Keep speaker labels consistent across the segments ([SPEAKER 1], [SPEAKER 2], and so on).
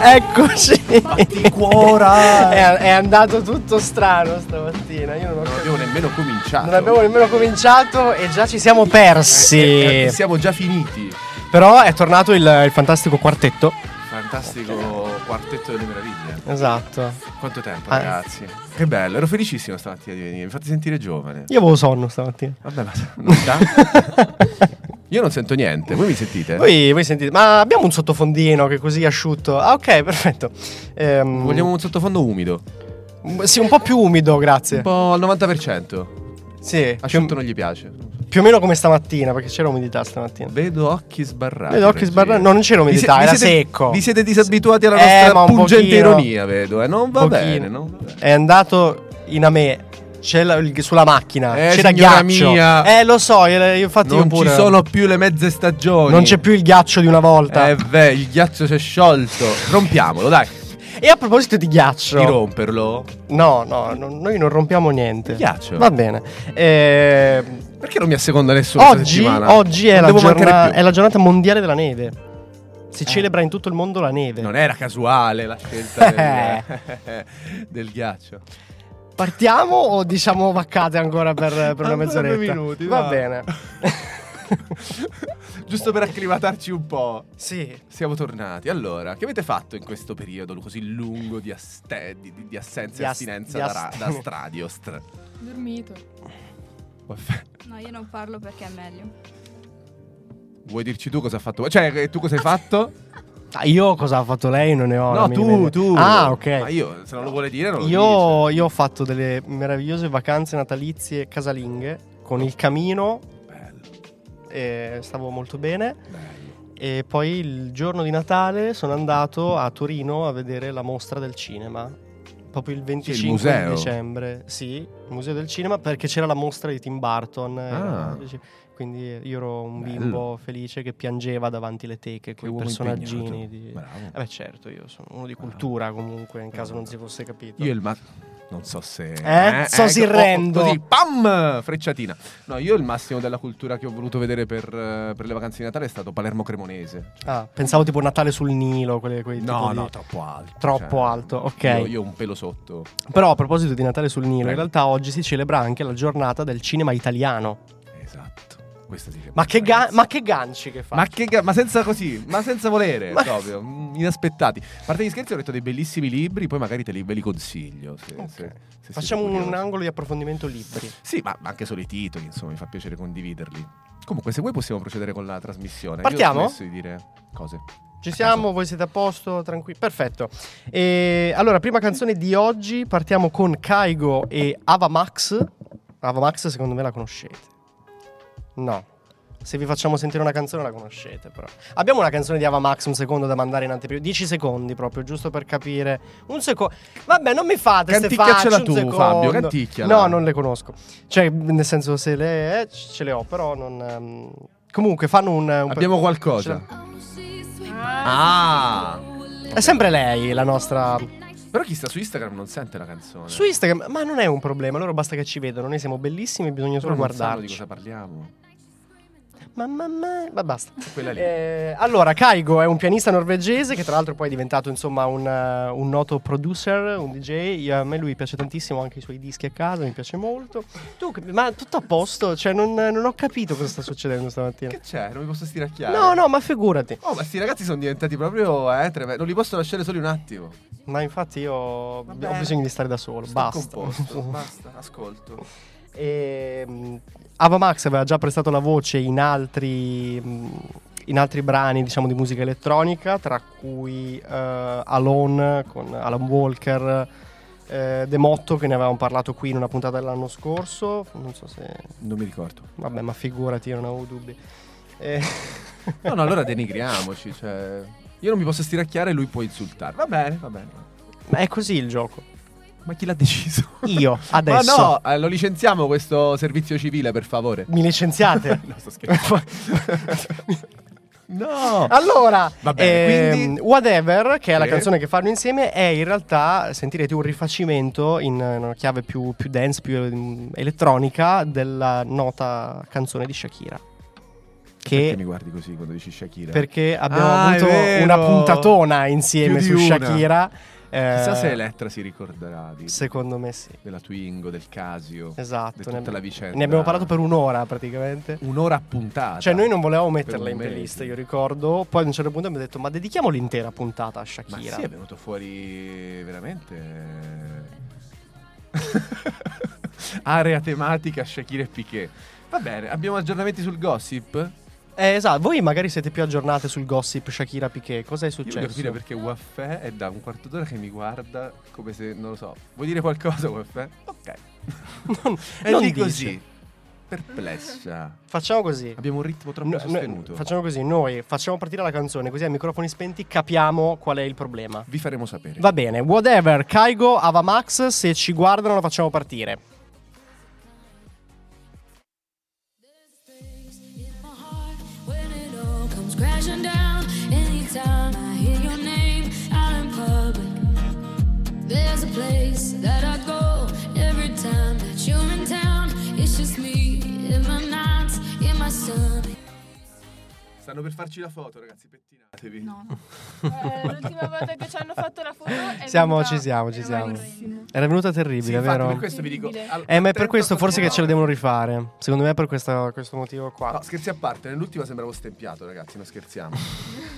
[SPEAKER 1] Eccoci.
[SPEAKER 2] Ti cuora.
[SPEAKER 1] È, è andato tutto strano stamattina. Io non ho
[SPEAKER 2] Non
[SPEAKER 1] capito.
[SPEAKER 2] abbiamo nemmeno cominciato.
[SPEAKER 1] Non abbiamo nemmeno cominciato e già ci siamo persi.
[SPEAKER 2] Eh, eh, siamo già finiti.
[SPEAKER 1] Però è tornato il, il fantastico quartetto.
[SPEAKER 2] Fantastico quartetto delle meraviglie.
[SPEAKER 1] Esatto.
[SPEAKER 2] Quanto tempo,
[SPEAKER 1] Ah.
[SPEAKER 2] ragazzi. Che bello, ero felicissimo stamattina di venire. Mi fate sentire giovane.
[SPEAKER 1] Io avevo sonno stamattina.
[SPEAKER 2] Vabbè, ma non dà. Io non sento niente. Voi mi sentite?
[SPEAKER 1] Voi, voi sentite, ma abbiamo un sottofondino che è così asciutto. Ah, ok, perfetto. Ehm,
[SPEAKER 2] Vogliamo un sottofondo umido.
[SPEAKER 1] Sì, un po' più umido, grazie.
[SPEAKER 2] Un po' al 90%.
[SPEAKER 1] Sì, più,
[SPEAKER 2] Asciutto non gli piace.
[SPEAKER 1] più o meno come stamattina, perché c'era umidità stamattina.
[SPEAKER 2] Vedo occhi sbarrati.
[SPEAKER 1] Vedo occhi
[SPEAKER 2] regia.
[SPEAKER 1] sbarrati. No, non c'era
[SPEAKER 2] Vi
[SPEAKER 1] umidità, era
[SPEAKER 2] vi siete-
[SPEAKER 1] secco.
[SPEAKER 2] Vi siete disabituati alla
[SPEAKER 1] Eh, ma
[SPEAKER 2] nostra
[SPEAKER 1] un
[SPEAKER 2] pungente
[SPEAKER 1] pochino.
[SPEAKER 2] ironia, vedo. Eh, non va
[SPEAKER 1] Pochino.
[SPEAKER 2] bene, non va bene.
[SPEAKER 1] È andato in a me. C'è la- il- sulla macchina.
[SPEAKER 2] Eh,
[SPEAKER 1] c'era
[SPEAKER 2] signora
[SPEAKER 1] ghiaccio.
[SPEAKER 2] mia.
[SPEAKER 1] Eh, lo so, io, io infatti io
[SPEAKER 2] Non ci
[SPEAKER 1] pure-
[SPEAKER 2] sono più le mezze stagioni.
[SPEAKER 1] Non c'è più il ghiaccio di una volta.
[SPEAKER 2] Eh beh, il ghiaccio si è sciolto. Rompiamolo, dai.
[SPEAKER 1] E a proposito di ghiaccio.
[SPEAKER 2] Di romperlo.
[SPEAKER 1] no, no, no, noi non rompiamo niente.
[SPEAKER 2] Il ghiaccio?
[SPEAKER 1] Va bene. Eh,
[SPEAKER 2] Perché non mi asseconda nessuno questa
[SPEAKER 1] oggi
[SPEAKER 2] settimana?
[SPEAKER 1] oggi è,
[SPEAKER 2] Non
[SPEAKER 1] la
[SPEAKER 2] devo mancare
[SPEAKER 1] giorna-
[SPEAKER 2] più. Eh.
[SPEAKER 1] è la giornata mondiale della neve. Si celebra in tutto il mondo la neve.
[SPEAKER 2] Non era casuale la scelta del, del ghiaccio.
[SPEAKER 1] Partiamo o diciamo vaccate ancora per, per una
[SPEAKER 2] Ancora
[SPEAKER 1] mezz'oretta?
[SPEAKER 2] due minuti,
[SPEAKER 1] Va
[SPEAKER 2] va.
[SPEAKER 1] bene.
[SPEAKER 2] Giusto per acclimatarci un po'.
[SPEAKER 1] sì.
[SPEAKER 2] Siamo tornati. Allora, che avete fatto in questo periodo così lungo di, aste- di, di- di assenza
[SPEAKER 1] Di
[SPEAKER 2] e
[SPEAKER 1] as-
[SPEAKER 2] astinenza
[SPEAKER 1] di
[SPEAKER 2] da, ra-
[SPEAKER 1] ast-
[SPEAKER 2] da stradio? Str-
[SPEAKER 3] Dormito.
[SPEAKER 2] Vabbè.
[SPEAKER 3] No, io non parlo perché è meglio.
[SPEAKER 2] Vuoi dirci tu cosa hai fatto? Cioè, eh, tu cosa hai fatto?
[SPEAKER 1] Ah, io cosa ha fatto lei? Non ne ho.
[SPEAKER 2] no,
[SPEAKER 1] non mi
[SPEAKER 2] tu,
[SPEAKER 1] viene.
[SPEAKER 2] tu.
[SPEAKER 1] Ah, ok.
[SPEAKER 2] Ma io, se non lo vuole dire, non lo dice.
[SPEAKER 1] Io, io ho fatto delle meravigliose vacanze natalizie casalinghe con il camino,
[SPEAKER 2] Bello,
[SPEAKER 1] eh, stavo molto bene.
[SPEAKER 2] bello.
[SPEAKER 1] E poi il giorno di Natale sono andato a Torino a vedere la mostra del cinema. Proprio il 25 di
[SPEAKER 2] museo.
[SPEAKER 1] dicembre. Sì, il museo del cinema perché c'era la mostra di Tim Burton. era- Quindi io ero un
[SPEAKER 2] Ah. Bello.
[SPEAKER 1] bimbo felice che piangeva davanti le teche con i
[SPEAKER 2] uomo
[SPEAKER 1] personaggini.
[SPEAKER 2] impegnato.
[SPEAKER 1] Di...
[SPEAKER 2] Bravo.
[SPEAKER 1] Eh beh certo, io sono uno di
[SPEAKER 2] Bravo.
[SPEAKER 1] cultura comunque, in caso non si fosse capito.
[SPEAKER 2] Ah. Io e il ma... Non so se...
[SPEAKER 1] Eh? So si
[SPEAKER 2] oh, oh,
[SPEAKER 1] rendo.
[SPEAKER 2] Così, pam! Frecciatina. No, io il massimo della cultura che ho voluto vedere per, eh, per le vacanze di Natale è stato Palermo-Cremonese.
[SPEAKER 1] Ah, pensavo tipo Natale sul Nilo, quelle, quei
[SPEAKER 2] No,
[SPEAKER 1] tipo di-
[SPEAKER 2] no, troppo alto. Cioè,
[SPEAKER 1] Troppo alto, ok.
[SPEAKER 2] Io, io ho un pelo sotto.
[SPEAKER 1] Però a proposito di Natale sul Nilo, in
[SPEAKER 2] Prego.
[SPEAKER 1] realtà oggi si celebra anche la giornata del cinema italiano.
[SPEAKER 2] Esatto. Questa sì che è
[SPEAKER 1] Ma che,
[SPEAKER 2] bella,
[SPEAKER 1] ga-
[SPEAKER 2] ragazzi.
[SPEAKER 1] ma che ganci che fa?
[SPEAKER 2] Ma che ga- ma senza così, ma senza volere,
[SPEAKER 1] Ma-
[SPEAKER 2] proprio, mm, inaspettati. A parte gli scherzi ho letto dei bellissimi libri, poi magari te li, ve li consiglio. se-
[SPEAKER 1] Ok.
[SPEAKER 2] se- se
[SPEAKER 1] Facciamo
[SPEAKER 2] siete
[SPEAKER 1] un,
[SPEAKER 2] curiosi.
[SPEAKER 1] angolo di approfondimento libri.
[SPEAKER 2] Sì, ma ma anche solo i titoli, insomma, mi fa piacere condividerli. Comunque, se vuoi possiamo procedere con la trasmissione.
[SPEAKER 1] Partiamo?
[SPEAKER 2] Io ho smesso di dire cose.
[SPEAKER 1] Ci siamo, voi siete a posto, tranquilli. Perfetto. E allora, prima canzone di oggi, partiamo con Kaigo e Ava Max. Ava Max secondo me la conoscete. No. Se vi facciamo sentire una canzone la conoscete però. Abbiamo una canzone di Ava Max un secondo da mandare in anteprima. 10 secondi proprio, giusto per capire. Un secondo. Vabbè, non mi fate queste facce,
[SPEAKER 2] Canticchiacela
[SPEAKER 1] un
[SPEAKER 2] tu,
[SPEAKER 1] secondo.
[SPEAKER 2] Fabio, canticchiala.
[SPEAKER 1] No, non le conosco. Cioè, nel senso se le eh, ce le ho, però non ehm. Comunque fanno un, un
[SPEAKER 2] Abbiamo qualcosa. Ah!
[SPEAKER 1] è sempre lei la nostra.
[SPEAKER 2] Però chi sta su Instagram non sente la canzone.
[SPEAKER 1] Su Instagram, ma non è un problema, loro basta che ci vedano, noi siamo bellissimi, bisogna
[SPEAKER 2] Però
[SPEAKER 1] solo
[SPEAKER 2] non sanno di
[SPEAKER 1] guardarci.
[SPEAKER 2] cosa parliamo.
[SPEAKER 1] Ma, ma, ma, ma basta.
[SPEAKER 2] Quella lì.
[SPEAKER 1] Eh, allora, Kaigo è un pianista norvegese che tra l'altro poi è diventato insomma un, eh, un noto producer, un DJ. Io- a me lui piace tantissimo, anche i suoi dischi a casa, mi piace molto. Tu, ma tutto a posto? Cioè, non, non ho capito cosa sta succedendo stamattina.
[SPEAKER 2] Che c'è? Non mi posso stiracchiare.
[SPEAKER 1] No, no, ma figurati.
[SPEAKER 2] Oh, ma sti ragazzi sono diventati proprio eh, tremendo. Non li posso lasciare soli un attimo.
[SPEAKER 1] Ma infatti io ho
[SPEAKER 2] bene.
[SPEAKER 1] bisogno di stare da solo,
[SPEAKER 2] Sto
[SPEAKER 1] basta.
[SPEAKER 2] composto, basta, ascolto.
[SPEAKER 1] E, mh, Ehm, Ava Max aveva già prestato la voce in altri, mh, in altri brani diciamo, di musica elettronica, tra cui eh, Alone con Alan Walker, eh, The Motto che ne avevamo parlato qui in una puntata dell'anno scorso, non so se...
[SPEAKER 2] Non mi ricordo.
[SPEAKER 1] vabbè ma figurati, io non avevo dubbi. Eh,
[SPEAKER 2] No, no, allora denigriamoci. Cioè, io non mi posso stiracchiare e lui può insultare. Va bene, va bene.
[SPEAKER 1] ma è così il gioco.
[SPEAKER 2] Ma chi l'ha deciso?
[SPEAKER 1] Io adesso...
[SPEAKER 2] Ma no, eh, lo licenziamo questo servizio civile, per favore.
[SPEAKER 1] Mi licenziate?
[SPEAKER 2] No, sto scherzando. no.
[SPEAKER 1] Allora,
[SPEAKER 2] Va bene,
[SPEAKER 1] ehm,
[SPEAKER 2] quindi-
[SPEAKER 1] Whatever, che è la
[SPEAKER 2] Sì.
[SPEAKER 1] canzone che fanno insieme, è in realtà, sentirete un rifacimento in eh, una chiave più, più dance, più mm, elettronica della nota canzone di Shakira.
[SPEAKER 2] Perché
[SPEAKER 1] che
[SPEAKER 2] mi guardi così quando dici Shakira?
[SPEAKER 1] perché abbiamo
[SPEAKER 2] Ah, è
[SPEAKER 1] avuto
[SPEAKER 2] vero.
[SPEAKER 1] una puntatona insieme
[SPEAKER 2] Più
[SPEAKER 1] su
[SPEAKER 2] di una.
[SPEAKER 1] Shakira. eh,
[SPEAKER 2] Chissà se Elettra si ricorderà di-
[SPEAKER 1] Secondo me sì.
[SPEAKER 2] della Twingo, del Casio,
[SPEAKER 1] Esatto,
[SPEAKER 2] di tutta
[SPEAKER 1] ne-
[SPEAKER 2] la vicenda.
[SPEAKER 1] Ne abbiamo parlato per un'ora praticamente.
[SPEAKER 2] un'ora a puntata.
[SPEAKER 1] Cioè, noi non volevamo
[SPEAKER 2] Per
[SPEAKER 1] metterla in
[SPEAKER 2] un mese.
[SPEAKER 1] playlist, io ricordo. Poi a un certo punto abbiamo detto: Ma dedichiamo l'intera puntata a
[SPEAKER 2] Ma
[SPEAKER 1] Shakira.
[SPEAKER 2] sì, è venuto fuori veramente. eh. Area tematica Shakira e Piquet. Va bene, abbiamo aggiornamenti sul gossip. Io
[SPEAKER 1] Eh, esatto, voi magari siete più aggiornate sul gossip Shakira Piquet. Cosa è
[SPEAKER 2] voglio
[SPEAKER 1] successo?
[SPEAKER 2] capire perché Waffè è da un quarto d'ora che mi guarda come se non lo so. Vuoi dire qualcosa, Waffè? Ok.
[SPEAKER 1] Non-
[SPEAKER 2] E
[SPEAKER 1] non
[SPEAKER 2] lì
[SPEAKER 1] dice.
[SPEAKER 2] così. Perplessa.
[SPEAKER 1] Facciamo così.
[SPEAKER 2] Abbiamo un ritmo troppo
[SPEAKER 1] No- no-
[SPEAKER 2] sostenuto.
[SPEAKER 1] facciamo così, noi facciamo partire la canzone, così a microfoni spenti capiamo qual è il problema.
[SPEAKER 2] Vi faremo sapere.
[SPEAKER 1] Va bene, whatever, Kaigo, Avamax, se ci guardano la facciamo partire.
[SPEAKER 4] my heart when it all comes crashing down. Anytime I hear your name out in public, there's a place that I go every time that you're in town. It's just me in my nights, in my stomach.
[SPEAKER 2] Stanno per farci la foto, ragazzi. Pettinatevi.
[SPEAKER 3] No, no.
[SPEAKER 5] Eh, l'ultima volta che ci hanno fatto la foto è
[SPEAKER 1] Siamo-
[SPEAKER 5] venuta-
[SPEAKER 1] ci siamo, ci
[SPEAKER 5] era
[SPEAKER 1] siamo.
[SPEAKER 5] malissimo.
[SPEAKER 1] Era venuta
[SPEAKER 2] Sì,
[SPEAKER 1] terribile,
[SPEAKER 2] infatti,
[SPEAKER 1] vero?
[SPEAKER 2] per questo vi dico.
[SPEAKER 5] Terribile.
[SPEAKER 2] al-
[SPEAKER 1] Eh, ma è per
[SPEAKER 2] attento
[SPEAKER 1] questo
[SPEAKER 2] a
[SPEAKER 1] forse che ce la
[SPEAKER 2] continuare.
[SPEAKER 1] devono rifare. Secondo me è per questa- questo motivo qua.
[SPEAKER 2] No, scherzi a parte, nell'ultima sembravo stempiato, ragazzi, non scherziamo.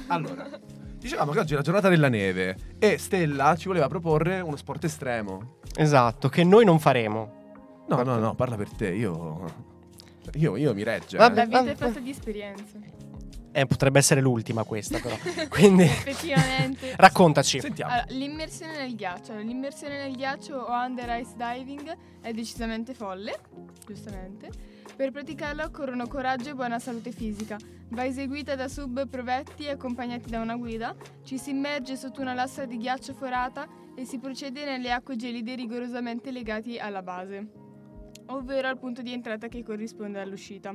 [SPEAKER 2] allora, dicevamo che oggi è la giornata della neve e Stella ci voleva proporre uno sport estremo.
[SPEAKER 1] Esatto, che noi non faremo.
[SPEAKER 2] No, no, no, parla per te, io... Io, io mi regge.
[SPEAKER 1] Vabbè.
[SPEAKER 5] La
[SPEAKER 2] eh.
[SPEAKER 5] vita
[SPEAKER 1] Vabbè.
[SPEAKER 5] è fatta di esperienze.
[SPEAKER 1] Eh, potrebbe essere l'ultima questa però. Quindi
[SPEAKER 5] Effettivamente.
[SPEAKER 1] raccontaci.
[SPEAKER 2] Sentiamo.
[SPEAKER 5] Allora, l'immersione nel ghiaccio. Allora, L'immersione nel ghiaccio o under ice diving è decisamente folle, giustamente. Per praticarla occorrono coraggio e buona salute fisica. Va eseguita da sub provetti accompagnati da una guida. Ci si immerge sotto una lassa di ghiaccio forata e si procede nelle acque gelide rigorosamente legati alla base, ovvero al punto di entrata che corrisponde all'uscita.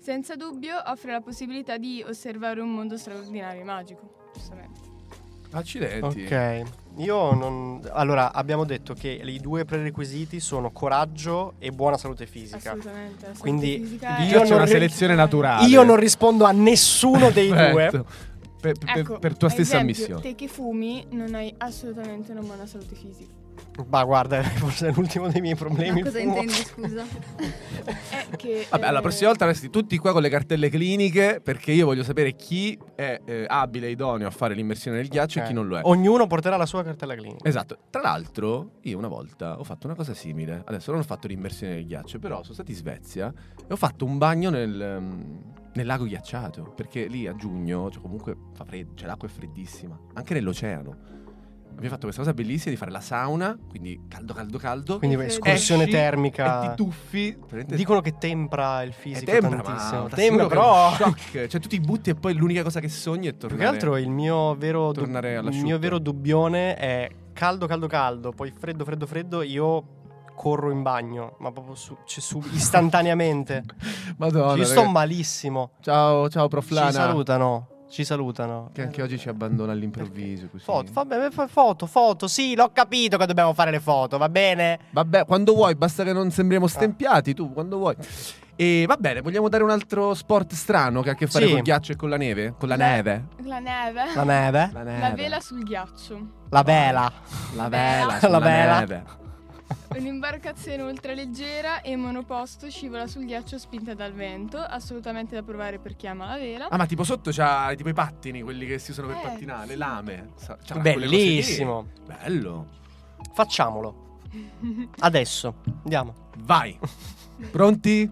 [SPEAKER 5] Senza dubbio offre la possibilità di osservare un mondo straordinario e magico, giustamente.
[SPEAKER 2] Accidenti.
[SPEAKER 1] Ok. Io non Allora, abbiamo detto che i due prerequisiti sono coraggio e buona salute fisica.
[SPEAKER 5] Assolutamente. la salute
[SPEAKER 1] Quindi
[SPEAKER 5] fisica è-
[SPEAKER 1] io
[SPEAKER 2] Io c'è una
[SPEAKER 1] non-
[SPEAKER 2] selezione naturale.
[SPEAKER 1] Io non rispondo a nessuno dei due.
[SPEAKER 2] Perfetto. Per, per-
[SPEAKER 5] Ecco,
[SPEAKER 2] per tua
[SPEAKER 5] ad
[SPEAKER 2] stessa
[SPEAKER 5] esempio,
[SPEAKER 2] ammissione.
[SPEAKER 5] Te che fumi non hai assolutamente una buona salute fisica.
[SPEAKER 1] Ma guarda, forse è l'ultimo dei miei problemi.
[SPEAKER 3] Ma cosa
[SPEAKER 1] il fumo.
[SPEAKER 3] intendi, scusa?
[SPEAKER 5] È che,
[SPEAKER 2] Vabbè, alla
[SPEAKER 5] eh,
[SPEAKER 2] prossima volta resti tutti qua con le cartelle cliniche perché io voglio sapere chi è eh, abile e idoneo a fare l'immersione nel ghiaccio
[SPEAKER 1] Ok.
[SPEAKER 2] e chi non lo è.
[SPEAKER 1] Eh, Ognuno porterà la sua cartella clinica.
[SPEAKER 2] Esatto, tra l'altro io una volta ho fatto una cosa simile, adesso non ho fatto l'immersione nel ghiaccio, però sono stato in Svezia e ho fatto un bagno nel, ehm, nel lago ghiacciato, perché lì a giugno cioè, comunque fa freddo, cioè l'acqua è freddissima, anche nell'oceano. Abbiamo fatto questa cosa bellissima di fare la sauna, quindi caldo caldo caldo,
[SPEAKER 1] Quindi
[SPEAKER 5] Esci
[SPEAKER 1] escursione
[SPEAKER 2] e e
[SPEAKER 1] termica.
[SPEAKER 2] ti tuffi, veramente
[SPEAKER 1] Dicono che tempra il fisico
[SPEAKER 2] è tempra,
[SPEAKER 1] tantissimo.
[SPEAKER 2] ma
[SPEAKER 1] Tempra,
[SPEAKER 2] t'assicuro che
[SPEAKER 1] però.
[SPEAKER 2] è un shock. Cioè, tu ti butti e poi l'unica cosa che sogni è
[SPEAKER 1] Più
[SPEAKER 2] tornare.
[SPEAKER 1] che altro il mio vero, dub-
[SPEAKER 2] tornare
[SPEAKER 1] il
[SPEAKER 2] all'asciutto.
[SPEAKER 1] mio vero dubbione è caldo, caldo, caldo, poi freddo, freddo, freddo, io corro in bagno, ma proprio su, cioè, su- istantaneamente.
[SPEAKER 2] Madonna.
[SPEAKER 1] Cioè, io sto
[SPEAKER 2] raga.
[SPEAKER 1] malissimo.
[SPEAKER 2] Ciao, ciao, prof. Lana.
[SPEAKER 1] Ci salutano, ci salutano.
[SPEAKER 2] Che anche oggi ci abbandona all'improvviso. Così.
[SPEAKER 1] Foto, va bene, fa- foto, foto, sì, l'ho capito che dobbiamo fare le foto, va bene?
[SPEAKER 2] Vabbè, quando vuoi, basta che non sembriamo stempiati. Tu, quando vuoi. E va bene, vogliamo dare un altro sport strano che ha a che fare
[SPEAKER 1] Sì.
[SPEAKER 2] col ghiaccio e con la neve? Con la
[SPEAKER 5] Beh,
[SPEAKER 2] neve.
[SPEAKER 5] La neve.
[SPEAKER 1] La
[SPEAKER 5] La,
[SPEAKER 1] neve,
[SPEAKER 2] neve.
[SPEAKER 5] vela sul ghiaccio.
[SPEAKER 1] la vela.
[SPEAKER 2] La vela.
[SPEAKER 1] La
[SPEAKER 2] sulla
[SPEAKER 1] vela.
[SPEAKER 2] neve.
[SPEAKER 5] Un'imbarcazione ultraleggera e monoposto scivola sul ghiaccio spinta dal vento. Assolutamente da provare per chi ama la vela.
[SPEAKER 2] Ah, ma tipo sotto c'ha tipo i pattini, quelli che si usano per
[SPEAKER 5] Eh,
[SPEAKER 2] pattinare, le
[SPEAKER 5] sì.
[SPEAKER 2] lame. Sa- c'ha quelle cose lì.
[SPEAKER 1] Bellissimo.
[SPEAKER 2] Bello.
[SPEAKER 1] Facciamolo. Adesso, andiamo.
[SPEAKER 2] Vai. Pronti?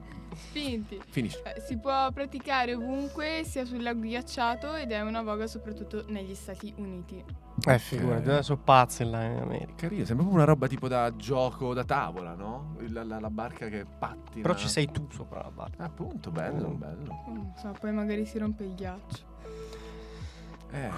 [SPEAKER 5] Spinti.
[SPEAKER 2] Finisci.
[SPEAKER 5] Eh, Si può praticare ovunque, sia sul lago ghiacciato ed è una voga soprattutto negli Stati Uniti.
[SPEAKER 1] Eh, figurati, eh, sono pazzi là in America.
[SPEAKER 2] Carino, sembra proprio una roba tipo da gioco da tavola, no? La, la- la barca che pattina.
[SPEAKER 1] Però ci sei tu sopra la barca.
[SPEAKER 2] Eh, Appunto,
[SPEAKER 1] Oh.
[SPEAKER 2] bello, bello.
[SPEAKER 5] Non so, poi magari si rompe il ghiaccio.
[SPEAKER 2] Eh.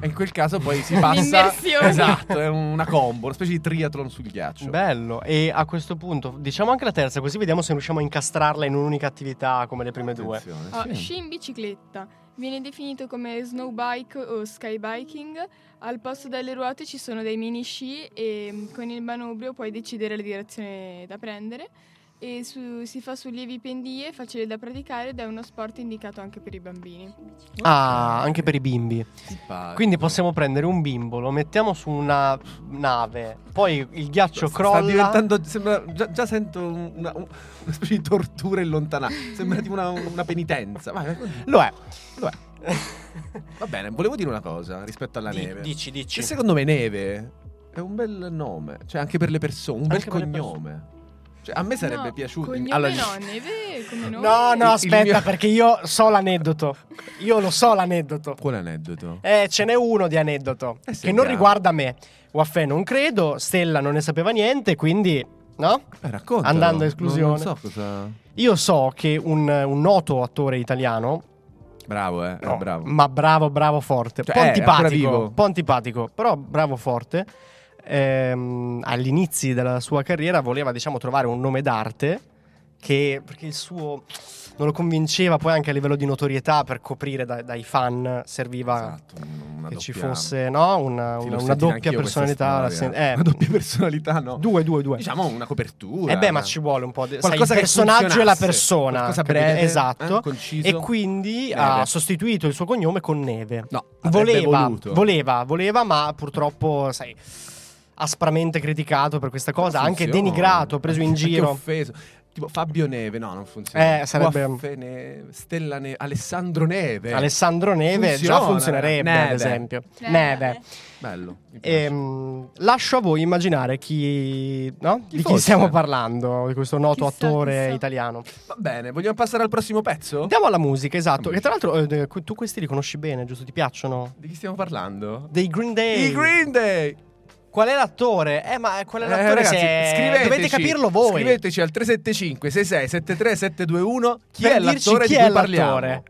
[SPEAKER 2] E in quel caso poi si passa.
[SPEAKER 5] L'immersione.
[SPEAKER 2] esatto, è una combo, una specie di triathlon sul ghiaccio.
[SPEAKER 1] Bello, e a questo punto diciamo anche la terza, così vediamo se riusciamo a incastrarla in un'unica attività come le prime due.
[SPEAKER 2] Attenzione,
[SPEAKER 5] Ah,
[SPEAKER 2] sì.
[SPEAKER 5] Sci in bicicletta viene definito come snowbike o skybiking. Al posto delle ruote ci sono dei mini sci e mm, con il manubrio puoi decidere la direzione da prendere. e su- si fa su lievi pendie, facile da praticare ed è uno sport indicato anche per i bambini.
[SPEAKER 1] Ah, anche per i bimbi.
[SPEAKER 2] Simpatico.
[SPEAKER 1] Quindi possiamo prendere un bimbo, lo mettiamo su una nave, poi il ghiaccio crolla.
[SPEAKER 2] Sta diventando. Sembra, già, già sento un- una, un- una specie di tortura in lontananza. Sembra tipo una, una penitenza. Vai, vai.
[SPEAKER 1] Lo è.
[SPEAKER 2] Lo è. Va bene, volevo dire una cosa rispetto alla
[SPEAKER 1] Di-
[SPEAKER 2] neve.
[SPEAKER 1] dici, dici.
[SPEAKER 2] Che secondo me neve è un bel nome, cioè anche per le persone, un
[SPEAKER 1] Anche
[SPEAKER 2] bel
[SPEAKER 1] per le
[SPEAKER 2] cognome. Cioè, a me sarebbe
[SPEAKER 5] No,
[SPEAKER 2] piaciuto.
[SPEAKER 5] cognome
[SPEAKER 2] Allora,
[SPEAKER 5] no, neve come nome.
[SPEAKER 1] No, no,
[SPEAKER 2] Il
[SPEAKER 1] aspetta,
[SPEAKER 2] mio-
[SPEAKER 1] perché io so l'aneddoto. Io lo so l'aneddoto.
[SPEAKER 2] Quale aneddoto?
[SPEAKER 1] Eh, ce n'è uno di aneddoto
[SPEAKER 2] Eh,
[SPEAKER 1] che non
[SPEAKER 2] sentiamo.
[SPEAKER 1] riguarda me. Waffè non credo, Stella non ne sapeva niente, quindi no?
[SPEAKER 2] Eh, raccontalo.
[SPEAKER 1] Andando a
[SPEAKER 2] Non-
[SPEAKER 1] esclusione.
[SPEAKER 2] Non, so cosa.
[SPEAKER 1] Io so che un, un noto attore italiano,
[SPEAKER 2] Bravo, eh. eh,
[SPEAKER 1] no,
[SPEAKER 2] bravo.
[SPEAKER 1] ma bravo, bravo forte,
[SPEAKER 2] Cioè,
[SPEAKER 1] po'
[SPEAKER 2] eh, è ancora
[SPEAKER 1] antipatico,
[SPEAKER 2] vivo.
[SPEAKER 1] un po' antipatico, però bravo forte. ehm, agli inizi della sua carriera voleva diciamo trovare un nome d'arte che perché il suo non lo convinceva poi anche a livello di notorietà per coprire da- dai fan serviva
[SPEAKER 2] Esatto, un- una
[SPEAKER 1] che ci
[SPEAKER 2] doppia-
[SPEAKER 1] fosse no? una,
[SPEAKER 2] Sì,
[SPEAKER 1] una-
[SPEAKER 2] l'ho
[SPEAKER 1] una
[SPEAKER 2] sentita
[SPEAKER 1] doppia
[SPEAKER 2] anch'io questa
[SPEAKER 1] personalità. la
[SPEAKER 2] storia.
[SPEAKER 1] sen- eh,
[SPEAKER 2] Una doppia personalità, no.
[SPEAKER 1] Due, due, due.
[SPEAKER 2] Diciamo una copertura.
[SPEAKER 1] Eh beh, ma ci vuole un po' di... sai,
[SPEAKER 2] Qualcosa
[SPEAKER 1] il
[SPEAKER 2] che
[SPEAKER 1] personaggio e la
[SPEAKER 2] funzionasse,
[SPEAKER 1] persona.
[SPEAKER 2] qualcosa
[SPEAKER 1] capito?
[SPEAKER 2] breve,
[SPEAKER 1] Esatto.
[SPEAKER 2] eh, conciso.
[SPEAKER 1] e quindi ha
[SPEAKER 2] Neve.
[SPEAKER 1] sostituito il suo cognome con Neve.
[SPEAKER 2] No, avrebbe
[SPEAKER 1] Voleva,
[SPEAKER 2] voluto.
[SPEAKER 1] voleva, voleva, ma purtroppo, sai, aspramente criticato per questa cosa,
[SPEAKER 2] Non
[SPEAKER 1] anche
[SPEAKER 2] funziona.
[SPEAKER 1] denigrato, preso in
[SPEAKER 2] Anche
[SPEAKER 1] giro.
[SPEAKER 2] offeso. Tipo Fabio Neve, no, non funziona.
[SPEAKER 1] Eh, sarebbe-
[SPEAKER 2] Guaffe Neve, Stella Neve, Alessandro Neve.
[SPEAKER 1] Alessandro Neve già
[SPEAKER 2] Funziona.
[SPEAKER 1] funzionerebbe, ad
[SPEAKER 2] Neve.
[SPEAKER 1] esempio.
[SPEAKER 3] Neve.
[SPEAKER 5] Eh,
[SPEAKER 1] Neve.
[SPEAKER 2] Bello. mi piace.
[SPEAKER 1] Ehm, lascio a voi immaginare chi, no?
[SPEAKER 2] Chi
[SPEAKER 1] di chi
[SPEAKER 2] fosse?
[SPEAKER 1] stiamo parlando, di questo noto
[SPEAKER 5] Chissà,
[SPEAKER 1] attore
[SPEAKER 5] chissà.
[SPEAKER 1] italiano.
[SPEAKER 2] Va bene, vogliamo passare al prossimo pezzo?
[SPEAKER 1] Andiamo alla musica, esatto.
[SPEAKER 2] Amici.
[SPEAKER 1] Che tra l'altro eh, de- tu questi li conosci bene, giusto? Ti piacciono?
[SPEAKER 2] Di chi stiamo parlando?
[SPEAKER 1] Dei Green Day.
[SPEAKER 2] I Green Day!
[SPEAKER 1] Qual è l'attore? Eh, ma qual è
[SPEAKER 2] Eh,
[SPEAKER 1] l'attore?
[SPEAKER 2] ragazzi,
[SPEAKER 1] se-
[SPEAKER 2] scriveteci,
[SPEAKER 1] Dovete capirlo voi.
[SPEAKER 2] Scriveteci al 375 66 73 721 chi
[SPEAKER 1] Per
[SPEAKER 2] è
[SPEAKER 1] dirci
[SPEAKER 2] l'attore
[SPEAKER 1] chi
[SPEAKER 2] di
[SPEAKER 1] è
[SPEAKER 2] cui parliamo.
[SPEAKER 1] l'attore.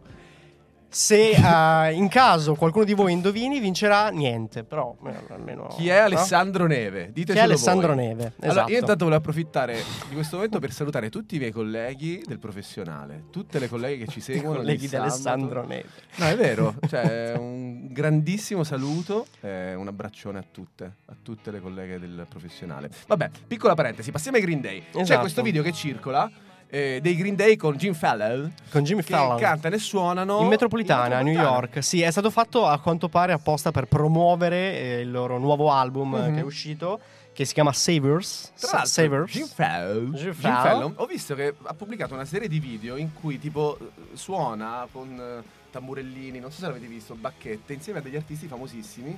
[SPEAKER 1] Se eh, in caso qualcuno di voi indovini, vincerà niente. Però eh, almeno.
[SPEAKER 2] Chi è
[SPEAKER 1] no?
[SPEAKER 2] Alessandro Neve? Ditecelo
[SPEAKER 1] Chi è Alessandro
[SPEAKER 2] voi.
[SPEAKER 1] Neve?
[SPEAKER 2] Allora,
[SPEAKER 1] Esatto.
[SPEAKER 2] io intanto volevo approfittare di questo momento per salutare tutti i miei colleghi del professionale, tutte le colleghe che ci
[SPEAKER 1] I
[SPEAKER 2] seguono.
[SPEAKER 1] colleghi
[SPEAKER 2] ogni
[SPEAKER 1] di
[SPEAKER 2] sabato.
[SPEAKER 1] Alessandro Neve.
[SPEAKER 2] No, è vero, cioè un grandissimo saluto, eh, un abbraccione a tutte, a tutte le colleghe del professionale. Vabbè, piccola parentesi, passiamo ai Green Day. C'è
[SPEAKER 1] Esatto.
[SPEAKER 2] questo video che circola eh, dei Green Day con Jim Fallon
[SPEAKER 1] Con Jimmy
[SPEAKER 2] che
[SPEAKER 1] Fallon.
[SPEAKER 2] cantano e suonano
[SPEAKER 1] In metropolitana, a New
[SPEAKER 2] metropolitana.
[SPEAKER 1] York. Sì, è stato fatto a quanto pare apposta per promuovere eh, il loro nuovo album eh,
[SPEAKER 2] Mhm.
[SPEAKER 1] che è uscito, che si chiama Savers.
[SPEAKER 2] Tra
[SPEAKER 1] Sa-
[SPEAKER 2] l'altro,
[SPEAKER 1] Savers.
[SPEAKER 2] Jim Fallon,
[SPEAKER 1] Jim
[SPEAKER 2] Jim
[SPEAKER 1] Fallon.
[SPEAKER 2] Fallon, ho visto che ha pubblicato una serie di video in cui tipo eh, suona con eh, tamburellini, non so se l'avete visto, bacchette, insieme a degli artisti famosissimi.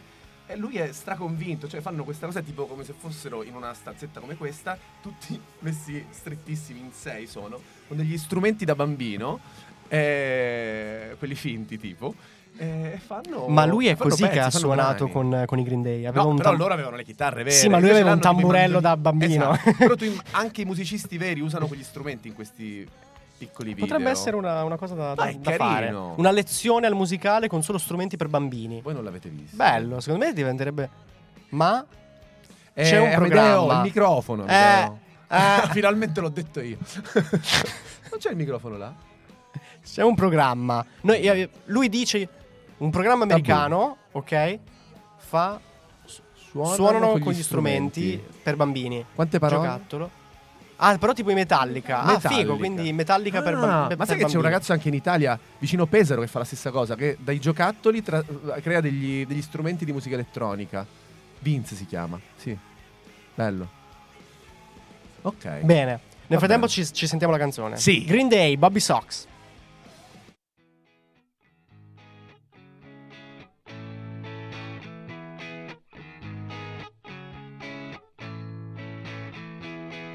[SPEAKER 2] E lui è straconvinto, cioè fanno questa cosa tipo come se fossero in una stanzetta come questa, tutti messi strettissimi in sei sono, con degli strumenti da bambino, eh, quelli finti tipo, eh, e fanno...
[SPEAKER 1] Ma lui è
[SPEAKER 2] fanno
[SPEAKER 1] così che
[SPEAKER 2] pezzi,
[SPEAKER 1] ha
[SPEAKER 2] fanno
[SPEAKER 1] suonato
[SPEAKER 2] brani.
[SPEAKER 1] con, eh, con i Green Day. Aveva
[SPEAKER 2] No,
[SPEAKER 1] un
[SPEAKER 2] però
[SPEAKER 1] tam-
[SPEAKER 2] loro avevano le chitarre vere.
[SPEAKER 1] Sì, ma lui
[SPEAKER 2] invece
[SPEAKER 1] aveva un
[SPEAKER 2] l'hanno tipo i
[SPEAKER 1] tamburello da
[SPEAKER 2] mandolini.
[SPEAKER 1] bambino.
[SPEAKER 2] Esatto. Però tu im- anche i musicisti veri usano quegli strumenti in questi piccoli video.
[SPEAKER 1] Potrebbe essere una, una cosa da, da-
[SPEAKER 2] Dai,
[SPEAKER 1] da fare.
[SPEAKER 2] carino.
[SPEAKER 1] Una lezione al musicale con solo strumenti per bambini.
[SPEAKER 2] Voi non l'avete visto.
[SPEAKER 1] Bello, secondo me diventerebbe. Ma.
[SPEAKER 2] Eh,
[SPEAKER 1] c'è un
[SPEAKER 2] Amedeo,
[SPEAKER 1] programma.
[SPEAKER 2] il microfono.
[SPEAKER 1] Eh,
[SPEAKER 2] Amedeo.
[SPEAKER 1] eh.
[SPEAKER 2] Finalmente l'ho detto io. non c'è il microfono là?
[SPEAKER 1] C'è un programma. Noi- eh, lui dice un programma
[SPEAKER 2] Tabù.
[SPEAKER 1] americano, ok? Fa.
[SPEAKER 2] Suonano,
[SPEAKER 1] suonano con gli strumenti, per bambini.
[SPEAKER 2] Quante parole?
[SPEAKER 1] Giocattolo. Ah, però tipo i Metallica. Ah,
[SPEAKER 2] Metallica.
[SPEAKER 1] figo, quindi Metallica per,
[SPEAKER 2] Ah,
[SPEAKER 1] bambini.
[SPEAKER 2] Ma sai che c'è un ragazzo anche in Italia, vicino Pesaro, che fa la stessa cosa, che dai giocattoli tra- crea degli, degli strumenti di musica elettronica. Vince si chiama, sì. Bello. Ok.
[SPEAKER 1] Bene. Nel
[SPEAKER 2] Va
[SPEAKER 1] frattempo
[SPEAKER 2] bene.
[SPEAKER 1] ci, ci sentiamo la canzone.
[SPEAKER 2] Sì.
[SPEAKER 1] Green Day, Bobby Sox.